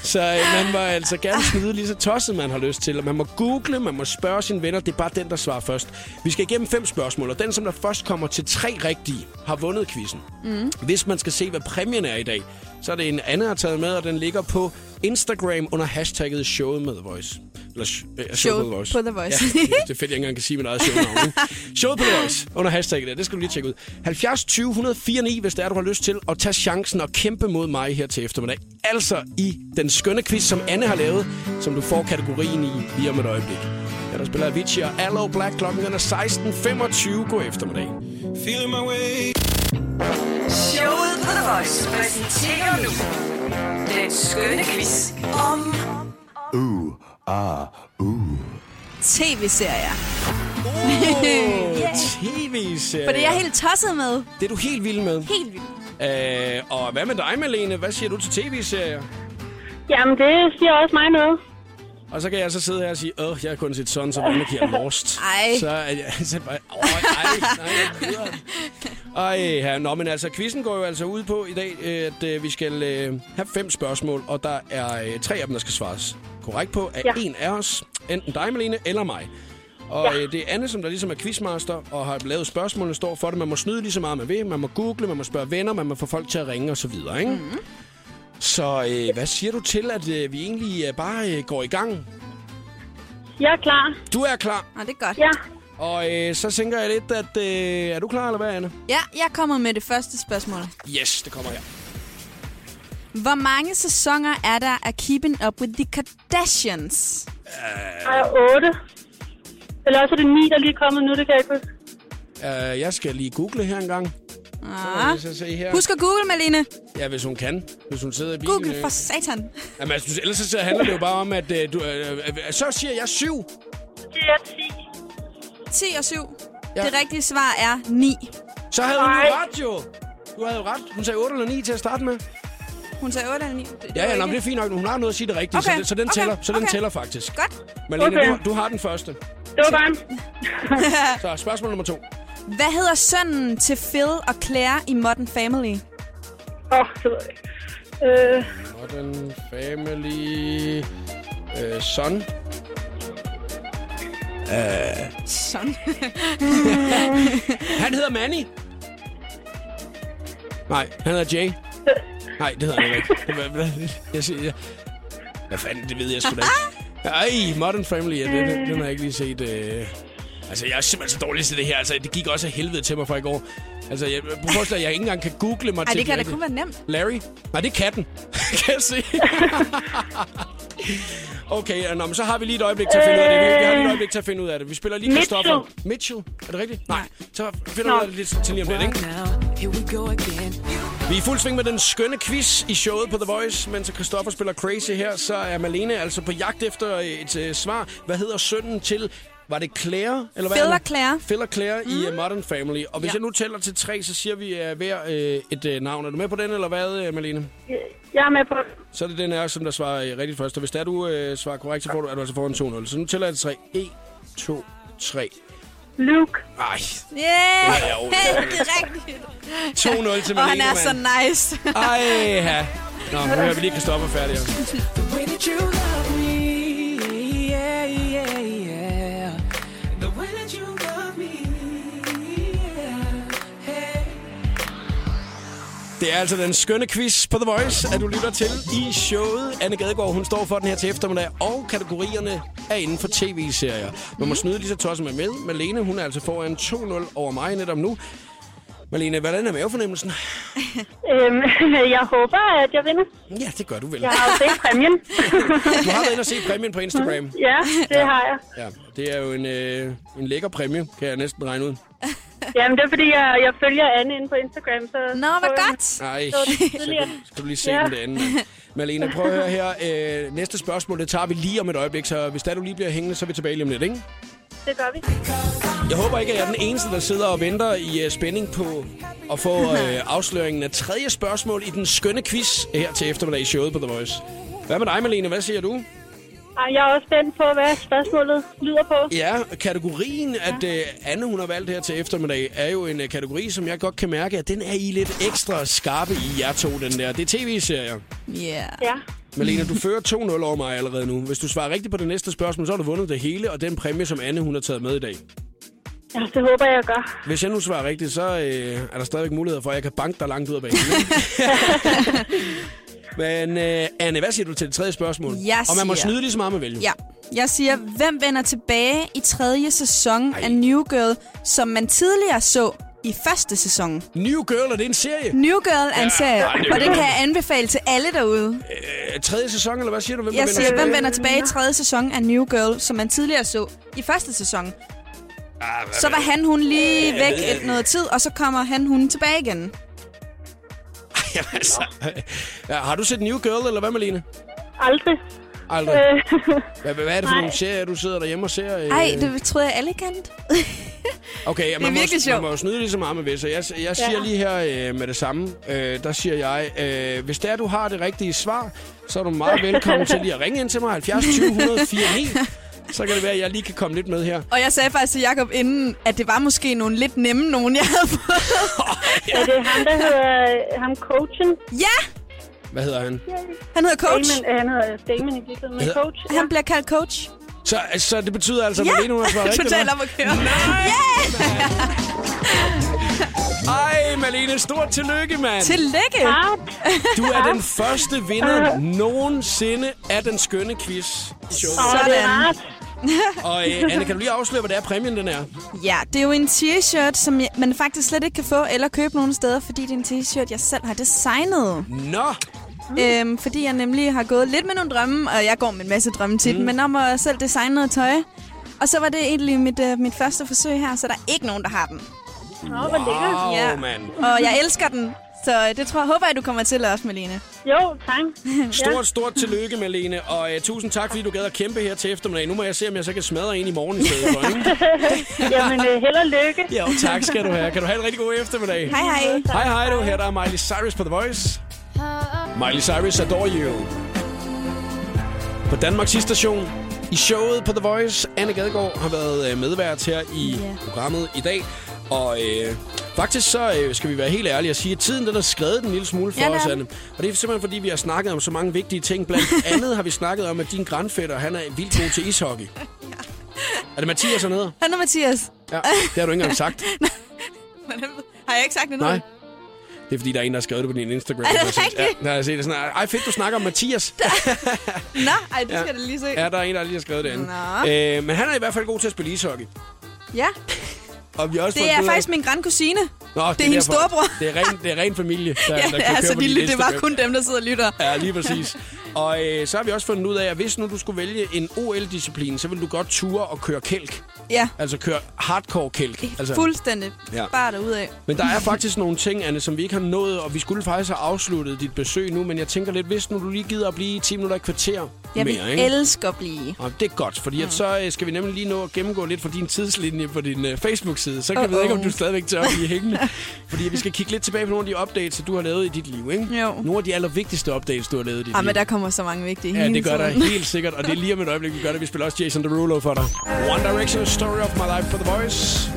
[SPEAKER 1] så øh, man må altså gerne snyde lige så tosset, man har lyst til. Og man må google, man må spørge sine venner. Det er bare den, der svarer først. Vi skal igennem fem spørgsmål, og den, som der først kommer til tre rigtige, har vundet quizzen. Mm. Hvis man skal se, hvad præmien er i dag, så er det en anden, jeg har taget med, og den ligger på Instagram under hashtagget showet med The Voice. Eller sh- øh, showet med The Voice.
[SPEAKER 2] på The Voice.
[SPEAKER 1] Ja, det er fedt, jeg ikke engang kan sige mit eget shownavn. ikke? Showet på The Voice under hashtagget der. Det skal du lige tjekke ud. 70 20 104 9, hvis det er, du har lyst til at tage chancen og kæmpe mod mig her til eftermiddag. Altså i den skønne quiz, som Anne har lavet, som du får kategorien i lige om et øjeblik. Ja, der spiller Avicii og Allo Black klokken den er 16.25. God eftermiddag.
[SPEAKER 6] Feeling my way.
[SPEAKER 3] Showet på The Voice præsenterer nu den skønne quiz om
[SPEAKER 2] TV-serier.
[SPEAKER 1] Oh, TV-serie.
[SPEAKER 2] For det er jeg helt tosset med.
[SPEAKER 1] det er du helt vild med.
[SPEAKER 2] Helt vildt.
[SPEAKER 1] Øh, og hvad med dig, Malene? Hvad siger du til tv-serier?
[SPEAKER 8] Jamen, det siger også mig noget.
[SPEAKER 1] Og så kan jeg så sidde her og sige, åh, jeg har kun set sådan, så hvordan jeg lost.
[SPEAKER 2] Ej.
[SPEAKER 1] Så er jeg så bare, åh, ej, nej, jeg gider det. Ej, her, nå, men altså, quizzen går jo altså ud på i dag, øh, at øh, vi skal øh, have fem spørgsmål, og der er øh, tre af dem, der skal svares korrekt på af
[SPEAKER 8] Ja.
[SPEAKER 1] en af os. Enten dig, Malene, eller mig. Og ja. øh, det er Anne, som der ligesom er quizmaster og har lavet spørgsmålene, står for det. Man må snyde lige så meget, man vil. Man må google, man må spørge venner, man må få folk til at ringe osv., ikke? Mm-hmm. Så øh, hvad siger du til, at øh, vi egentlig øh, bare øh, går i gang?
[SPEAKER 8] Jeg er klar.
[SPEAKER 1] Du er klar,
[SPEAKER 2] Nå, det er godt.
[SPEAKER 8] Ja.
[SPEAKER 1] og øh, så tænker jeg lidt, at... Øh, er du klar, eller hvad, Anne?
[SPEAKER 2] ja, jeg kommer med det første spørgsmål.
[SPEAKER 1] Yes, det kommer her.
[SPEAKER 2] Hvor mange sæsoner er der af Keeping Up With The Kardashians?
[SPEAKER 8] Der er otte. Eller også er det ni, der lige er kommet nu, det kan jeg ikke huske.
[SPEAKER 1] Uh, jeg skal lige google her en gang.
[SPEAKER 2] Ah.
[SPEAKER 1] Så se her.
[SPEAKER 2] Husk at google, Malene.
[SPEAKER 1] Ja, hvis hun kan. Hvis hun sidder i bilen.
[SPEAKER 2] Google
[SPEAKER 1] øh.
[SPEAKER 2] for satan.
[SPEAKER 1] Jamen, altså, ellers så handler det jo bare om, at øh, du... Øh, øh, så siger jeg syv.
[SPEAKER 8] Det er ti.
[SPEAKER 2] 10 og 7.
[SPEAKER 1] Ja.
[SPEAKER 2] Ja. Det rigtige svar er 9.
[SPEAKER 1] Så havde hun jo
[SPEAKER 8] Nej.
[SPEAKER 1] ret, jo. Du havde jo ret. Hun sagde 8 eller 9 til at starte med.
[SPEAKER 2] Hun sagde 8 eller 9. Det,
[SPEAKER 1] Ja,
[SPEAKER 2] var
[SPEAKER 1] ja, nå,
[SPEAKER 2] ikke-
[SPEAKER 1] men det er fint nok. Hun har noget at sige det rigtigt, okay. så,
[SPEAKER 2] Okay,
[SPEAKER 1] den, så den
[SPEAKER 2] okay,
[SPEAKER 1] tæller. Så den
[SPEAKER 2] okay.
[SPEAKER 1] tæller faktisk.
[SPEAKER 2] Godt.
[SPEAKER 1] Malene,
[SPEAKER 8] Okay.
[SPEAKER 1] du, du har den første.
[SPEAKER 8] Det var godt.
[SPEAKER 1] Så spørgsmål nummer to.
[SPEAKER 2] Hvad hedder sønnen til Phil og Claire i Modern Family?
[SPEAKER 8] Åh, oh, det ved jeg ikke. Øh,
[SPEAKER 1] Modern Family... Øh, son.
[SPEAKER 2] Sådan.
[SPEAKER 1] Han hedder Manny. Nej, han hedder Jay. Nej, det hedder han ikke. Hvad- hvad- Jeg siger, jeg... Hvad fanden, det ved jeg sgu da ikke. Ej, Modern Family, ja, den, den, den har jeg ikke lige set. Øh... Altså, jeg er simpelthen så dårlig til det her. Altså, det gik også af helvede til mig fra i går. Altså, jeg, på forslag, jeg ikke engang kan google mig
[SPEAKER 2] Ej,
[SPEAKER 1] til
[SPEAKER 2] det kan da
[SPEAKER 1] rigtige-
[SPEAKER 2] kun være nemt.
[SPEAKER 1] Larry? Nej, det er katten. kan jeg se. okay, ja, nå, men så har vi lige et øjeblik til at finde ud af det. Vi har lige et øjeblik til at finde ud af det. Vi spiller lige
[SPEAKER 8] Mitchell.
[SPEAKER 1] Christoffer. Mitchell. Er det rigtigt? Nej. Så finder vi ud af det lidt til lige om lidt, ikke?
[SPEAKER 5] Now, here we go again.
[SPEAKER 1] Vi er i fuld sving med den skønne quiz i showet på The Voice. Mens Christoffer spiller Crazy her, så er Malene altså på jagt efter et øh, svar. Hvad hedder sønnen til... Var det Claire? Eller hvad
[SPEAKER 2] Phil
[SPEAKER 1] er
[SPEAKER 2] og
[SPEAKER 1] det?
[SPEAKER 2] Claire.
[SPEAKER 1] Phil og Claire mm. i uh, Modern Family. Og hvis ja.
[SPEAKER 2] Ja.
[SPEAKER 1] jeg nu tæller til tre, så siger vi uh, hver uh, et uh, navn. Er du med på den, eller hvad, øh, Malene?
[SPEAKER 8] jeg er med på det.
[SPEAKER 1] Så er det den her, som der svarer øh, rigtigt først. Og hvis der du øh, svarer korrekt, så får du, er du altså foran 2-0. Så nu tæller jeg til 3. 1, 2, 3.
[SPEAKER 8] Luke.
[SPEAKER 1] Ej,
[SPEAKER 2] Yeah!
[SPEAKER 1] Ja, jo, det
[SPEAKER 2] det er rigtigt.
[SPEAKER 1] 2-0 til Malene,
[SPEAKER 2] Og han er
[SPEAKER 1] mand.
[SPEAKER 2] så nice.
[SPEAKER 1] Ej, ja. Nå, nu hører vi lige Christoffer færdig.
[SPEAKER 5] The way that you love me, yeah, yeah, yeah. The way that you love me, yeah, hey.
[SPEAKER 1] Det er altså den skønne quiz på The Voice, at du lytter til i showet. Anne Gadegaard, hun står for den her til eftermiddag, og kategorierne er inden for tv-serier. Man må snyde lige så tosset med med. Malene, hun er altså foran 2-0 over mig netop nu. Malene, hvordan er mavefornemmelsen?
[SPEAKER 8] Øhm, jeg håber, at jeg vinder.
[SPEAKER 1] Ja, det gør du vel.
[SPEAKER 8] Jeg har jo set præmien.
[SPEAKER 1] Du har været inde og se præmien på Instagram.
[SPEAKER 8] ja, det har jeg.
[SPEAKER 1] Ja, det er jo en, øh, en lækker præmie, kan jeg næsten regne ud.
[SPEAKER 8] Jamen, det er fordi, jeg, jeg følger Anne inde på Instagram. Så
[SPEAKER 2] Nå, hvor
[SPEAKER 8] så jeg-
[SPEAKER 2] godt.
[SPEAKER 1] Nej,
[SPEAKER 8] var det tidligere.
[SPEAKER 1] skal du lige se
[SPEAKER 8] Ja.
[SPEAKER 1] den derinde. mand. Malene, prøv at høre her. Øh, næste spørgsmål, det tager vi lige om et øjeblik, så hvis der du lige bliver hængende, så er vi tilbage lige om lidt, ikke?
[SPEAKER 8] det gør vi.
[SPEAKER 1] Jeg håber ikke, at jeg er den eneste, der sidder og venter i uh, spænding på at få uh, afsløringen af tredje spørgsmål i den skønne quiz her til eftermiddag i showet på The Voice. Hvad med dig, Malene? Hvad siger du?
[SPEAKER 8] Ej, jeg er også spændt på, hvad spørgsmålet lyder på.
[SPEAKER 1] Ja, kategorien, at uh, Anne hun har valgt her til eftermiddag, er jo en uh, kategori, som jeg godt kan mærke, at den er I lidt ekstra skarpe i, jer to, den der. Det er tv-serier.
[SPEAKER 2] Yeah.
[SPEAKER 8] Ja.
[SPEAKER 1] Malene, du fører 2-0 over mig allerede nu. Hvis du svarer rigtigt på det næste spørgsmål, så har du vundet det hele, og den præmie, som Anne hun har taget med i dag.
[SPEAKER 8] ja, det håber jeg, jeg gør.
[SPEAKER 1] Hvis jeg nu svarer rigtigt, så øh, er der stadigvæk muligheder for, at jeg kan banke dig langt ud af banen. Men øh, Anne, hvad siger du til det tredje spørgsmål?
[SPEAKER 2] Jeg
[SPEAKER 1] Og man må
[SPEAKER 2] siger-
[SPEAKER 1] snyde lige så meget med vælge.
[SPEAKER 2] Ja. Jeg siger, hvem vender tilbage i tredje sæson Ej. af New Girl, som man tidligere så i første sæson?
[SPEAKER 1] New Girl, er det en serie?
[SPEAKER 2] New Girl er en serie,
[SPEAKER 1] ej, det er
[SPEAKER 2] og den
[SPEAKER 1] jo-
[SPEAKER 2] kan jeg anbefale til alle derude.
[SPEAKER 1] Øh, tredje sæson, eller hvad siger du? Hvem der
[SPEAKER 2] Jeg
[SPEAKER 1] vinder?
[SPEAKER 2] siger, hvem vender tilbage i tredje sæson af New Girl, som man tidligere så i første
[SPEAKER 1] Ah,
[SPEAKER 2] sæson? Så var han, hun lige væk et noget tid, og så kommer han, hun tilbage igen.
[SPEAKER 1] Jamen, altså. ja, har du set New Girl, eller hvad, Malene?
[SPEAKER 8] Aldrig.
[SPEAKER 1] Aldrig.
[SPEAKER 8] Øh,
[SPEAKER 1] Hvad, hvad er det for
[SPEAKER 8] nej.
[SPEAKER 1] nogle serier, du sidder derhjemme og ser? Øh...
[SPEAKER 2] Ej, det troede jeg alle kendte.
[SPEAKER 1] Okay, ja, man, må,
[SPEAKER 2] virkelig
[SPEAKER 1] man
[SPEAKER 2] sjovt.
[SPEAKER 1] må jo snyde lige så meget med ved, så jeg, jeg siger
[SPEAKER 8] Ja.
[SPEAKER 1] lige her øh, med det samme, øh, der siger jeg, øh, hvis det er, du har det rigtige svar, så er du meget velkommen til lige at ringe ind til mig, 70 20 149. Så kan det være, at jeg lige kan komme lidt med her.
[SPEAKER 2] Og jeg sagde faktisk til Jacob inden, at det var måske nogle lidt nemme nogen, jeg havde fået.
[SPEAKER 8] er det ham, der hedder øh, ham coachen?
[SPEAKER 2] Ja!
[SPEAKER 1] Hvad hedder han?
[SPEAKER 2] Han hedder Coach.
[SPEAKER 8] Damon, øh, han hedder Damon i virkeligheden, men
[SPEAKER 1] Hedder-
[SPEAKER 8] coach.
[SPEAKER 2] Han bliver kaldt Coach.
[SPEAKER 1] Så, så det betyder altså, at Malene, hun har svaret rigtigt.
[SPEAKER 2] totalt
[SPEAKER 1] eller
[SPEAKER 2] op at køre. Yeah!
[SPEAKER 1] hvad? Ej, Malene, stort tillykke, mand.
[SPEAKER 2] Tillykke!
[SPEAKER 8] Tak.
[SPEAKER 1] Du er den første vinder nogensinde af den skønne quiz. i showet.
[SPEAKER 8] Åh, det er
[SPEAKER 2] Sådan.
[SPEAKER 8] rart.
[SPEAKER 1] Og øh, Anne, kan du lige afsløre, hvad det er, præmien den er?
[SPEAKER 2] Ja, det er jo en t-shirt, som jeg, man faktisk slet ikke kan få eller købe nogen steder, fordi det er en t-shirt, jeg selv har designet.
[SPEAKER 1] Nå,
[SPEAKER 2] Øhm, fordi jeg nemlig har gået lidt med nogle drømme, og jeg går med en masse drømme til mm. men om at selv designe noget tøj. Og så var det egentlig mit, øh, mit første forsøg her, så der er ikke nogen, der har den.
[SPEAKER 8] Nå, hvor lækkert.
[SPEAKER 1] wow,
[SPEAKER 2] Ja.
[SPEAKER 1] mand.
[SPEAKER 2] Og jeg elsker den, så det tror jeg, håber jeg, du kommer til også, Malene.
[SPEAKER 8] Jo, tak.
[SPEAKER 1] Stort, stort tillykke, Malene, og uh, tusind tak, fordi du gad at kæmpe her til eftermiddag. Nu må jeg se, om jeg så kan smadre en i morgen i stedet for, ikke?
[SPEAKER 8] Jamen, øh, held og lykke.
[SPEAKER 1] Jo, tak skal du have. Kan du have en rigtig god eftermiddag.
[SPEAKER 2] Hej hej.
[SPEAKER 1] Hej, hej du. Her der er Miley Cyrus på The Voice. Miley Cyrus adore you. På Danmarks sidste station i showet på The Voice. Anne Gadegaard har været øh, medvært her i yeah. programmet i dag. Og øh, faktisk så øh, skal vi være helt ærlige og sige, at tiden den er skrevet en lille smule for
[SPEAKER 2] Ja, det
[SPEAKER 1] os,
[SPEAKER 2] er
[SPEAKER 1] Anne. Og det er simpelthen fordi, vi har snakket om så mange vigtige ting. Blandt andet har vi snakket om, at din grandfætter, han er vildt god til ishockey. Er det Mathias hernede?
[SPEAKER 2] Han er Mathias.
[SPEAKER 1] Ja, det har du ikke engang sagt.
[SPEAKER 2] Men han- Har jeg ikke sagt det nu?
[SPEAKER 1] Nej. Det er fordi, der er en, der har skrevet det på din Instagram.
[SPEAKER 2] Er det
[SPEAKER 1] Jeg har set-
[SPEAKER 2] rigtigt?
[SPEAKER 1] Ja, der har jeg set det sådan, ej fedt, du snakker om Mathias.
[SPEAKER 2] Nå, ej, det skal jeg da lige se.
[SPEAKER 1] Ja, der er en, der lige har skrevet det andet. Øh, men han er i hvert fald god til at spille ishockey.
[SPEAKER 2] Ja,
[SPEAKER 1] Og vi har også
[SPEAKER 2] det
[SPEAKER 1] fået
[SPEAKER 2] er
[SPEAKER 1] billeder-
[SPEAKER 2] faktisk min grandkusine.
[SPEAKER 1] Nå,
[SPEAKER 2] det er hendes
[SPEAKER 1] derfor.
[SPEAKER 2] storebror.
[SPEAKER 1] Det er ren, det er ren familie, der,
[SPEAKER 2] Ja,
[SPEAKER 1] der kører
[SPEAKER 2] ja, så
[SPEAKER 1] på
[SPEAKER 2] de,
[SPEAKER 1] din
[SPEAKER 2] det var
[SPEAKER 1] Instagram.
[SPEAKER 2] kun dem, der sidder og lytter.
[SPEAKER 1] Ja, lige præcis. Og øh, så har vi også fundet ud af, at hvis nu du skulle vælge en OL-disciplin, så vil du godt ture og køre kælk.
[SPEAKER 2] Ja,
[SPEAKER 1] Altså køre hardcore kælk. Altså,
[SPEAKER 2] altså, fuldstændig.
[SPEAKER 1] Ja.
[SPEAKER 2] Ja. Bare derudad.
[SPEAKER 1] Men der er faktisk nogle ting, Anne, som vi ikke har nået, og vi skulle faktisk have afsluttet dit besøg nu, men jeg tænker lidt, hvis nu du lige gider at blive 10 minutter i kvarter mere,
[SPEAKER 2] Jeg vil
[SPEAKER 1] ikke?
[SPEAKER 2] elske at blive.
[SPEAKER 1] Og det er godt, fordi at så øh, skal vi nemlig lige nå at gennemgå lidt fra din tidslinje på din øh, Facebook-side. Så kan uh-oh. vi
[SPEAKER 2] Uh-oh.
[SPEAKER 1] ikke, om du stadigvæk tør at blive hængende. fordi vi skal kigge lidt tilbage på nogle af de updates, du har lavet i dit liv, ikke?
[SPEAKER 2] Jo.
[SPEAKER 1] Nogle af de allervigtigste updates, du har lavet i dit
[SPEAKER 2] Ah,
[SPEAKER 1] liv.
[SPEAKER 2] men der kommer så mange vigtige
[SPEAKER 1] Ja,
[SPEAKER 2] hele
[SPEAKER 1] det gør der
[SPEAKER 2] tiden.
[SPEAKER 1] helt sikkert, og det er lige om et øjeblik, vi gør det. Vi spiller også Jason Derulo for dig. One Direction, Story of My Life for The Voice.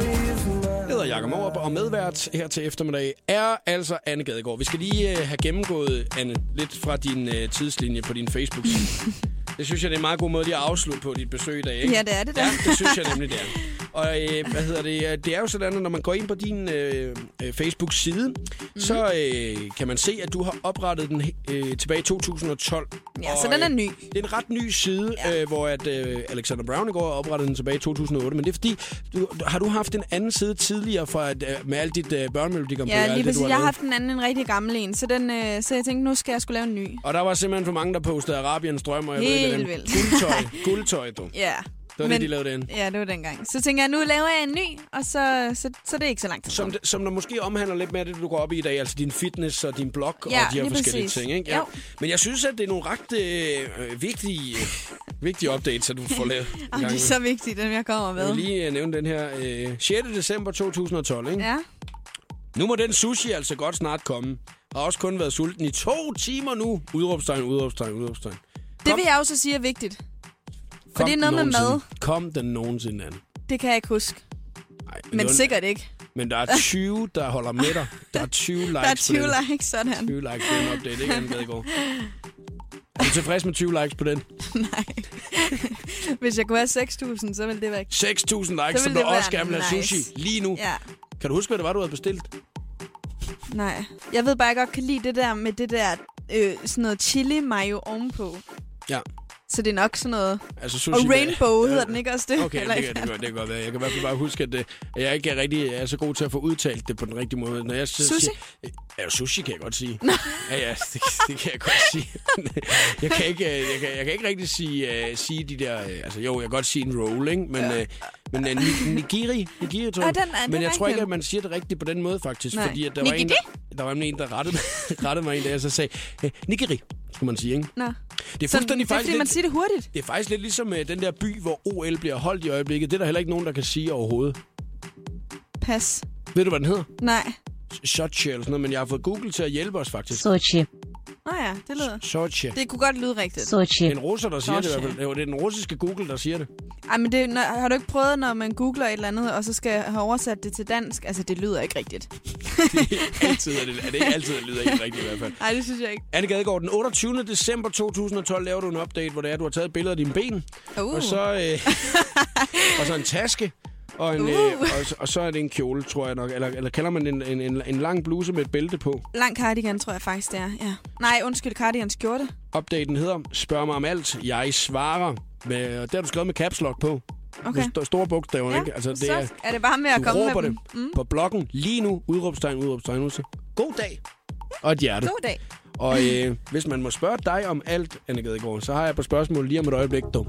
[SPEAKER 1] Jeg hedder Jakob Morup, og medvært her til eftermiddag er altså Anne Gadegaard. Vi skal lige øh, have gennemgået, Anne, lidt fra din øh, tidslinje på din facebook side Det synes jeg, det er en meget god måde lige at afslutte på dit besøg i dag, ikke?
[SPEAKER 2] Ja, det er det da.
[SPEAKER 1] Ja, det synes jeg nemlig, det er. Og øh, hvad hedder det? øh, Det er jo sådan, at når man går ind på din øh, øh, Facebook-side,
[SPEAKER 2] Mhm.
[SPEAKER 1] mm. så øh, kan man se, at du har oprettet den øh, tilbage i 2012.
[SPEAKER 2] Ja,
[SPEAKER 1] Og,
[SPEAKER 2] så den er
[SPEAKER 1] øh,
[SPEAKER 2] ny.
[SPEAKER 1] Det er en ret ny side, ja.
[SPEAKER 2] Ja.
[SPEAKER 1] øh, hvor at, øh, Alexander Brown i går oprettede den tilbage i 2008. Men det er fordi, du, har du haft en anden side tidligere fra, at, øh, med alt dit øh, børnemelodikampøj?
[SPEAKER 2] Ja, lige
[SPEAKER 1] det, du
[SPEAKER 2] præcis. Jeg har
[SPEAKER 1] lavet?
[SPEAKER 2] haft en anden, en rigtig gammel en, så, den, øh, så jeg tænkte, nu skal jeg skulle lave en ny.
[SPEAKER 1] Og der var simpelthen for mange, der postede Arabiens drøm, og jeg ved
[SPEAKER 2] Helt
[SPEAKER 1] ikke, hvad det er.
[SPEAKER 2] vildt.
[SPEAKER 1] Guldtøj, guldtøj, du.
[SPEAKER 2] Ja,
[SPEAKER 1] Det var Men... det,
[SPEAKER 2] Men-
[SPEAKER 1] de lavede den.
[SPEAKER 2] Ja, det var dengang. Så tænker jeg, nu laver jeg en ny, og så, så, så det er ikke så lang tid.
[SPEAKER 1] Som, som der måske omhandler lidt mere det, du går op i i dag, altså din fitness og din blog og de
[SPEAKER 2] Ja,
[SPEAKER 1] her
[SPEAKER 2] lige
[SPEAKER 1] forskellige
[SPEAKER 2] præcis.
[SPEAKER 1] ting. Ikke?
[SPEAKER 2] Jo.
[SPEAKER 1] Men jeg synes, at det er nogle ret øh, øh, vigtige, øh, vigtige updates, at du får lavet. en gang
[SPEAKER 2] Jamen, Ah, det er
[SPEAKER 1] imellem.
[SPEAKER 2] så vigtigt, den jeg kommer
[SPEAKER 1] Jeg vil
[SPEAKER 2] med.
[SPEAKER 1] lige øh, nævne den her øh, 6. december 2012. Ikke?
[SPEAKER 2] Ja,
[SPEAKER 1] Nu må den sushi altså godt snart komme. Har også kun været sulten i to timer nu. Udråbstegn, udråbstegn, udråbstegn.
[SPEAKER 2] det vil jeg også sige er vigtigt. For det er noget med
[SPEAKER 1] den nogensinde.
[SPEAKER 2] mad.
[SPEAKER 1] Kom den nogensinde an.
[SPEAKER 2] Det kan jeg ikke huske.
[SPEAKER 1] Ej, det
[SPEAKER 2] Men
[SPEAKER 1] var-
[SPEAKER 2] sikkert ikke.
[SPEAKER 1] Men der er 20, der holder med dig. Der er 20 likes
[SPEAKER 2] Der er 20
[SPEAKER 1] på den.
[SPEAKER 2] likes, sådan.
[SPEAKER 1] 20 likes på den update, ikke? Anden dag i går. Er du tilfreds med 20 likes på den?
[SPEAKER 2] Nej. Hvis jeg kunne have 6.000, så ville det være...
[SPEAKER 1] 6.000 likes,
[SPEAKER 2] Så
[SPEAKER 1] som
[SPEAKER 2] ville
[SPEAKER 1] du
[SPEAKER 2] det være
[SPEAKER 1] også gerne vil have
[SPEAKER 2] nice.
[SPEAKER 1] sushi lige nu.
[SPEAKER 2] Ja,
[SPEAKER 1] Kan du huske, hvad det var, du havde bestilt?
[SPEAKER 2] nej. Jeg ved bare, jeg godt kan lide det der med det der øh, sådan noget chili mayo ovenpå.
[SPEAKER 1] Ja.
[SPEAKER 2] Så det er nok sådan noget...
[SPEAKER 1] Altså sushi.
[SPEAKER 2] Og
[SPEAKER 1] hvad-
[SPEAKER 2] rainbow
[SPEAKER 1] Ja.
[SPEAKER 2] hedder den ikke også det?
[SPEAKER 1] Okay,
[SPEAKER 2] Eller
[SPEAKER 1] det kan,
[SPEAKER 2] ikke?
[SPEAKER 1] det, kan, det kan godt være. Jeg kan i hvert fald bare huske, at, øh, at jeg ikke er, rigtig, er så god til at få udtalt det på den rigtige måde. Når jeg så
[SPEAKER 2] Sushi?
[SPEAKER 1] Siger, ja, sushi kan jeg godt sige. ja, ja, det, det kan jeg godt sige. jeg, kan ikke, øh, jeg, kan, jeg kan ikke rigtig sige, uh, sige de der... Uh, altså jo, jeg kan godt sige en rolling, men, ja. uh, men uh, ni, nigiri, nigiri tror
[SPEAKER 2] Ah,
[SPEAKER 1] jeg.
[SPEAKER 2] den er- den
[SPEAKER 1] men
[SPEAKER 2] er
[SPEAKER 1] jeg tror ikke,
[SPEAKER 2] rigtig.
[SPEAKER 1] at man siger det rigtigt på den måde faktisk.
[SPEAKER 2] Nej.
[SPEAKER 1] Fordi at der, var en, der,
[SPEAKER 2] Nigiri?
[SPEAKER 1] der var nemlig en, der rettede, rettede mig en dag, og så sagde, uh, nigiri, skulle man sige, ikke?
[SPEAKER 2] Nå.
[SPEAKER 1] Det er
[SPEAKER 2] Så det
[SPEAKER 1] fuldstændig
[SPEAKER 2] er
[SPEAKER 1] faktisk
[SPEAKER 2] fordi, man
[SPEAKER 1] lidt-
[SPEAKER 2] siger det hurtigt.
[SPEAKER 1] det er faktisk lidt ligesom øh, den der by, hvor OL bliver holdt i øjeblikket. Det er der heller ikke nogen, der kan sige overhovedet.
[SPEAKER 2] Pas.
[SPEAKER 1] Ved du, hvad den hedder?
[SPEAKER 2] Nej.
[SPEAKER 1] Sochi eller sådan noget, men jeg har fået Google til at hjælpe os faktisk.
[SPEAKER 9] Sochi,
[SPEAKER 2] Nå ja, det lyder...
[SPEAKER 1] Sochi. Det
[SPEAKER 2] Det kunne godt lyde rigtigt.
[SPEAKER 1] er
[SPEAKER 9] Sochi,
[SPEAKER 1] en russer, der siger det i
[SPEAKER 2] Sochi.
[SPEAKER 1] hvert fald. Jo, Det er den russiske Google, der siger det.
[SPEAKER 2] Ej, men det, når, har du ikke prøvet, når man googler et eller andet, og så skal have oversat det til dansk? Altså, det lyder ikke rigtigt.
[SPEAKER 1] altid er det, er det ikke altid, det lyder helt rigtigt i hvert fald.
[SPEAKER 2] Nej, det synes jeg ikke.
[SPEAKER 1] Anne Gadegaard, den 28. december 2012 laver du en update, hvor det er, du har taget et billede af dine ben,
[SPEAKER 2] Uh.
[SPEAKER 1] og, så, øh, og så en taske, og, en,
[SPEAKER 2] Uh.
[SPEAKER 1] øh, og, så- og så er det en kjole, tror jeg nok. Eller, eller kalder man det en, en, en, en lang bluse med et bælte på?
[SPEAKER 2] Lang cardigan, tror jeg faktisk, det er. Ja. Nej, undskyld, cardigan skjorte.
[SPEAKER 1] Updaten hedder Spørg mig om alt, jeg svarer. Med, det har du skrevet med caps lock på.
[SPEAKER 2] Okay.
[SPEAKER 1] Med st- store bogstaver, ikke? Altså, det
[SPEAKER 2] så
[SPEAKER 1] er,
[SPEAKER 2] er det bare med at
[SPEAKER 1] du
[SPEAKER 2] komme
[SPEAKER 1] råber
[SPEAKER 2] med
[SPEAKER 1] det
[SPEAKER 2] dem. Mm.
[SPEAKER 1] på bloggen lige nu. Udråbstegn, udråbstegn, udråbstegn. God dag. Og et hjerte.
[SPEAKER 2] God dag.
[SPEAKER 1] Og øh, hvis man må spørge dig om alt, Anne Gadegaard, så har jeg på spørgsmål lige om et øjeblik, du.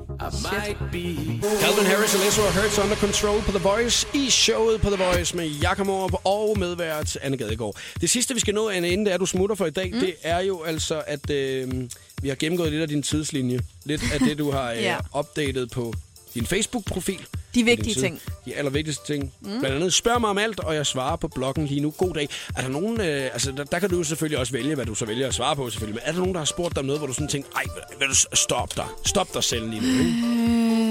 [SPEAKER 1] Calvin Harris og Lizzo har Hurts Under Control på The Voice i showet på The Voice med Jakob Morup og medvært Anne Gadegaard. Det sidste, vi skal nå, Anne, inden det er, du smutter for i dag, mm. det er jo altså, at øh, vi har gennemgået lidt af din tidslinje. Lidt af det, du har øh,
[SPEAKER 2] Ja.
[SPEAKER 1] opdateret på din Facebook-profil.
[SPEAKER 2] De
[SPEAKER 1] på din
[SPEAKER 2] vigtige
[SPEAKER 1] side.
[SPEAKER 2] ting.
[SPEAKER 1] De allervigtigste ting. Mm. Blandt andet, spørg mig om alt, og jeg svarer på bloggen lige nu. God dag. Er der nogen, øh, altså der, der kan du jo selvfølgelig også vælge, hvad du så vælger at svare på selvfølgelig, men er der nogen, der har spurgt dig om noget, hvor du sådan tænker, ej, vil, vil du s- stop dig, stop dig selv lige nu. ikke?"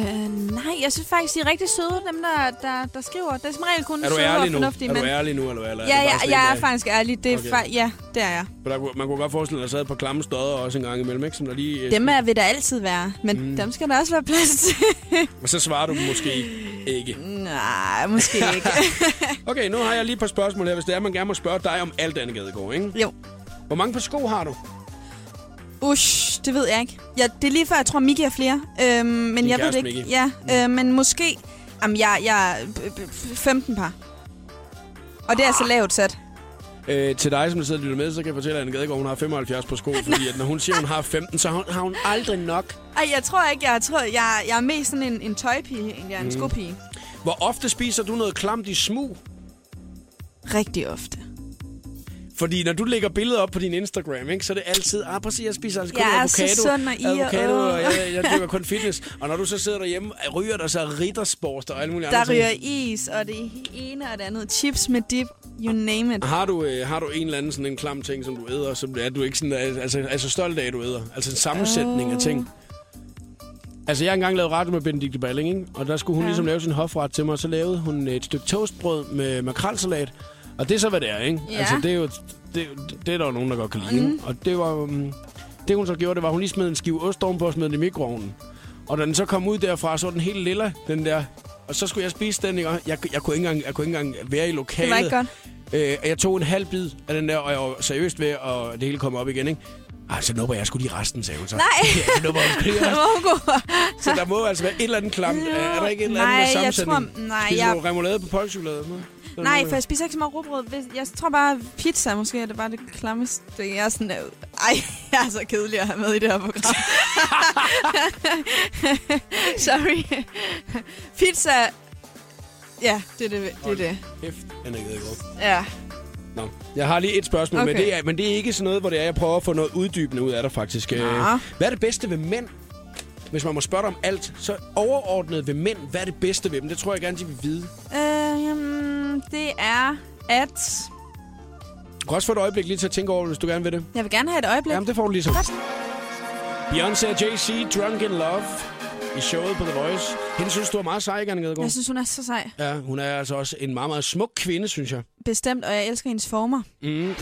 [SPEAKER 2] Øh, nej, jeg synes faktisk, de er rigtig søde, dem der, der, der skriver. Det er som regel kun
[SPEAKER 1] Er du
[SPEAKER 2] søde og
[SPEAKER 1] ærlig nu?
[SPEAKER 2] fornuftige
[SPEAKER 1] Er du
[SPEAKER 2] mænd.
[SPEAKER 1] ærlig nu, eller, hvad? eller
[SPEAKER 2] Ja,
[SPEAKER 1] er du bare sådan
[SPEAKER 2] ja,
[SPEAKER 1] en,
[SPEAKER 2] jeg er
[SPEAKER 1] der-
[SPEAKER 2] faktisk ærlig. Det er
[SPEAKER 1] Okay.
[SPEAKER 2] fa- ja, det er jeg.
[SPEAKER 1] For der, kunne- man kunne godt forestille sig, at der sad et par klamme stodder også en gang imellem, ikke? Som der lige, øh,
[SPEAKER 2] Dem er, vil der altid være, men mm. dem skal der også være plads til.
[SPEAKER 1] Og så svarer du dem måske ikke.
[SPEAKER 2] nej, måske ikke.
[SPEAKER 1] Okay, nu har jeg lige et par spørgsmål her, hvis det er, man gerne må spørge dig om alt andet gadegår, ikke?
[SPEAKER 2] jo.
[SPEAKER 1] Hvor mange par sko har du?
[SPEAKER 2] Ush, det ved jeg ikke. Ja, det er lige før, jeg tror, Miki har flere. Øhm, men jeg ved det
[SPEAKER 1] kæreste,
[SPEAKER 2] ikke.
[SPEAKER 1] Miki.
[SPEAKER 2] Ja, øh, men måske... Jamen, jeg, jeg b- b- 15 par. Og det er altså lavt sat.
[SPEAKER 1] Øh, til dig, som sidder og lytter med, så kan jeg fortælle, at Anne Gadegaard, hun har 75 par sko, fordi at når hun siger, hun har 15, så har hun, har hun aldrig nok.
[SPEAKER 2] Ej, jeg tror ikke, jeg tror, jeg, jeg er mest sådan en, en tøjpige, end jeg er en mm. skopige.
[SPEAKER 1] Hvor ofte spiser du noget klamt i smug?
[SPEAKER 2] Rigtig ofte.
[SPEAKER 1] Fordi når du lægger billeder op på din Instagram, ikke, så er det altid, ah, prøv at se, jeg spiser altså kun
[SPEAKER 2] Jeg er så
[SPEAKER 1] avocado.
[SPEAKER 2] sund og I og
[SPEAKER 1] avocado,
[SPEAKER 2] Å."
[SPEAKER 1] og jeg, jeg dyrker kun fitness. Og når du så sidder derhjemme, ryger der så riddersporster og alle mulige
[SPEAKER 2] Der
[SPEAKER 1] andre ting.
[SPEAKER 2] ryger is, og det ene og det andet. Chips med dip, you name it.
[SPEAKER 1] Har du, øh, har du en eller anden sådan en klam ting, som du æder, som er du ikke sådan, er- altså, er så stolt af, at du æder? Altså en sammensætning
[SPEAKER 2] Øh.
[SPEAKER 1] af ting. Altså, jeg har engang lavet radio med Benedikte Balling, ikke? og der skulle hun ja. ligesom lave sin hofret til mig, og så lavede hun et stykke toastbrød med makrelsalat. Og det er så, hvad det er, ikke?
[SPEAKER 2] Ja. Mhm.
[SPEAKER 1] Altså, det er jo... Det, det er der jo nogen, der godt kan lide, mm. Og det var... Um, det, hun så gjorde, det var, at hun lige smed en skive ost ovenpå og smed den i mikroovnen. Og da den så kom ud derfra, så var den helt lilla, den der. Og så skulle jeg spise den, ikke? Og Jeg, jeg, kunne, ikke engang, jeg kunne ikke engang være i lokalet.
[SPEAKER 2] Det var ikke godt.
[SPEAKER 1] Øh, og jeg tog en halv bid af den der, og jeg var seriøst ved, og det hele kom op igen, ikke? Ej, så nupper jeg sgu lige resten, sagde hun så.
[SPEAKER 2] Nej.
[SPEAKER 1] Ja, så nupper jeg sgu lige resten.
[SPEAKER 2] Mongo.
[SPEAKER 1] Så der må altså være et eller andet klamt. Er er der ikke et eller andet
[SPEAKER 2] Nej,
[SPEAKER 1] med
[SPEAKER 2] jeg
[SPEAKER 1] sammensætning?
[SPEAKER 2] tror- nej,
[SPEAKER 1] Spiser
[SPEAKER 2] jeg-
[SPEAKER 1] du remoulade på polkchokolade? eller noget? Sådan
[SPEAKER 2] Nej,
[SPEAKER 1] noget.
[SPEAKER 2] for jeg spiser ikke så meget rugbrød. Hvis- Jeg tror bare, pizza måske er det bare det klammeste. Jeg er sådan, øh, Ej, jeg er så kedelig at have med i det her program. Sorry. Pizza. Ja, det er det. det, er det.
[SPEAKER 1] Hæft, han er ikke god.
[SPEAKER 2] Ja.
[SPEAKER 1] Nå. Jeg har lige et spørgsmål, okay. men,
[SPEAKER 2] Okay.
[SPEAKER 1] det er, men det er ikke sådan noget, hvor det er, jeg prøver at få noget uddybende ud af dig faktisk. Øh, Hvad er det bedste ved mænd? Hvis man må spørge dig om alt, så overordnet ved mænd, hvad er det bedste ved dem? Det tror jeg gerne, de vil vide.
[SPEAKER 2] Øh, jamen, det er, at...
[SPEAKER 1] Du kan også få et øjeblik lige til at tænke over, det, hvis du gerne vil det.
[SPEAKER 2] Jeg vil gerne have et øjeblik.
[SPEAKER 1] Jamen, det får du lige så. Beyoncé og Jay-Z, Drunk in Love, i showet på The Voice. Hende synes du er meget sej, Gerne Gadegaard.
[SPEAKER 2] Jeg synes, hun er så sej.
[SPEAKER 1] Ja, hun er altså også en meget, meget smuk kvinde, synes jeg.
[SPEAKER 2] Bestemt, og jeg elsker hendes former.
[SPEAKER 1] Mm.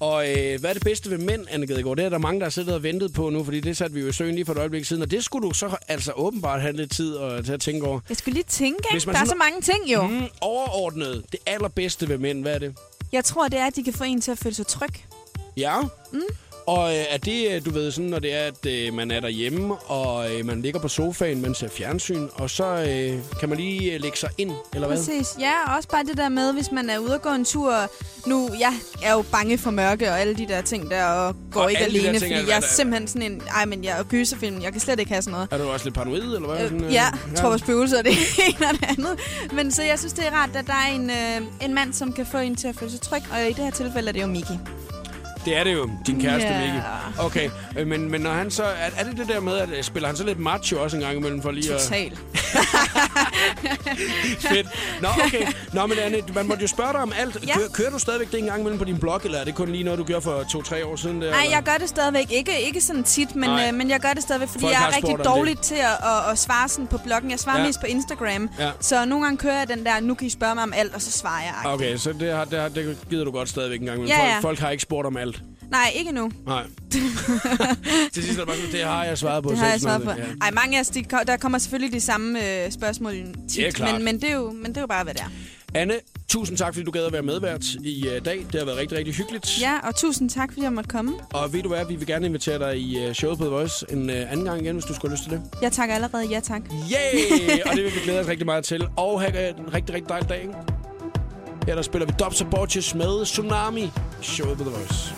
[SPEAKER 1] Og øh, hvad er det bedste ved mænd, Anne Gadegaard? Det er der mange, der har siddet og ventet på nu, fordi det satte vi jo i søen lige for et øjeblik siden. Og det skulle du så altså åbenbart have lidt tid øh, til at tænke over.
[SPEAKER 2] Jeg skulle lige tænke,
[SPEAKER 1] Hvis
[SPEAKER 2] ikke?
[SPEAKER 1] man
[SPEAKER 2] Der er så
[SPEAKER 1] sådan-
[SPEAKER 2] mange ting, jo.
[SPEAKER 1] Mm, overordnet, det allerbedste ved mænd, hvad er det?
[SPEAKER 2] Jeg tror, det er, at de kan få en til at føle sig tryg.
[SPEAKER 1] Ja. Mm. Og øh, er det, øh, du ved, sådan, når det er, at øh, man er derhjemme, og øh, man ligger på sofaen, man ser fjernsyn, og så øh, kan man lige øh, lægge sig ind, eller hvad?
[SPEAKER 2] Præcis. Ja, og også bare det der med, hvis man er ude og gå en tur. Nu, jeg er jo bange for mørke og alle de der ting der, og går
[SPEAKER 1] Og
[SPEAKER 2] ikke
[SPEAKER 1] alle de der
[SPEAKER 2] alene,
[SPEAKER 1] ting,
[SPEAKER 2] fordi
[SPEAKER 1] altså,
[SPEAKER 2] jeg er
[SPEAKER 1] hvad der-
[SPEAKER 2] simpelthen sådan en... Ej, men jeg er gyserfilm. Jeg kan slet ikke have sådan noget.
[SPEAKER 1] Er du også lidt paranoid, eller hvad? Sådan,
[SPEAKER 2] Øh, ja, jeg tror på spøgelser, og det ene og det andet. Men så jeg synes, det er rart, at der er en, øh, en mand, som kan få en til at føle sig tryg. Og i det her tilfælde er det jo Miki.
[SPEAKER 1] Det er det jo, din kæreste,
[SPEAKER 2] Ja.
[SPEAKER 1] Mikkel. Okay, øh, men, men når han så... Er, er det det der med, at øh, spiller han så lidt macho også en gang imellem for lige at...
[SPEAKER 2] Total.
[SPEAKER 1] Fedt. Nå, okay. Nå, men Anne, man måtte jo spørge dig om alt.
[SPEAKER 2] Ja.
[SPEAKER 1] Kører, kører du stadigvæk det en gang imellem på din blog, eller er det kun lige noget, du gjorde for to-tre år siden? Der,
[SPEAKER 2] Nej,
[SPEAKER 1] eller?
[SPEAKER 2] jeg gør det stadigvæk. Ikke, ikke sådan tit, men,
[SPEAKER 1] Nej.
[SPEAKER 2] øh, men jeg gør det stadigvæk, fordi
[SPEAKER 1] Folk
[SPEAKER 2] jeg
[SPEAKER 1] har
[SPEAKER 2] er rigtig
[SPEAKER 1] spurgt om
[SPEAKER 2] dårlig til at, at, at svare sådan på bloggen. Jeg svarer
[SPEAKER 1] Ja.
[SPEAKER 2] ja. mest på Instagram.
[SPEAKER 1] Ja.
[SPEAKER 2] Så nogle gange kører jeg den der, nu kan I spørge mig om alt, og så svarer jeg. Okay.
[SPEAKER 1] Okay, så det, har, det, har, det gider du godt stadigvæk en gang imellem.
[SPEAKER 2] Ja,
[SPEAKER 1] folk,
[SPEAKER 2] ja.
[SPEAKER 1] folk har ikke spurgt om alt.
[SPEAKER 2] Nej, ikke nu.
[SPEAKER 1] Nej. Til sidst er det bare sådan, det har jeg svaret på.
[SPEAKER 2] Det
[SPEAKER 1] så
[SPEAKER 2] har jeg
[SPEAKER 1] ikke
[SPEAKER 2] svaret
[SPEAKER 1] sådan
[SPEAKER 2] på.
[SPEAKER 1] noget. Ja.
[SPEAKER 2] Ej, mange af os, de, ko- der kommer selvfølgelig de samme øh, spørgsmål tit,
[SPEAKER 1] Ja, klart.
[SPEAKER 2] men, men, det er jo, men det er jo bare, hvad det er.
[SPEAKER 1] Anne, tusind tak, fordi du gad at være medvært i uh, dag. Det har været rigtig, rigtig hyggeligt.
[SPEAKER 2] Ja, og tusind tak, fordi jeg måtte komme.
[SPEAKER 1] Og ved du hvad, vi vil gerne invitere dig i uh, showet på The Voice en uh, anden gang igen, hvis du skulle have lyst til det.
[SPEAKER 2] Jeg takker allerede ja tak.
[SPEAKER 1] Yeah! og det vil vi glæde os rigtig meget til. Og have øh, en rigtig, rigtig dejlig dag, ikke? Her der spiller vi Dobbs og Borges med Tsunami. Showet på The Voice.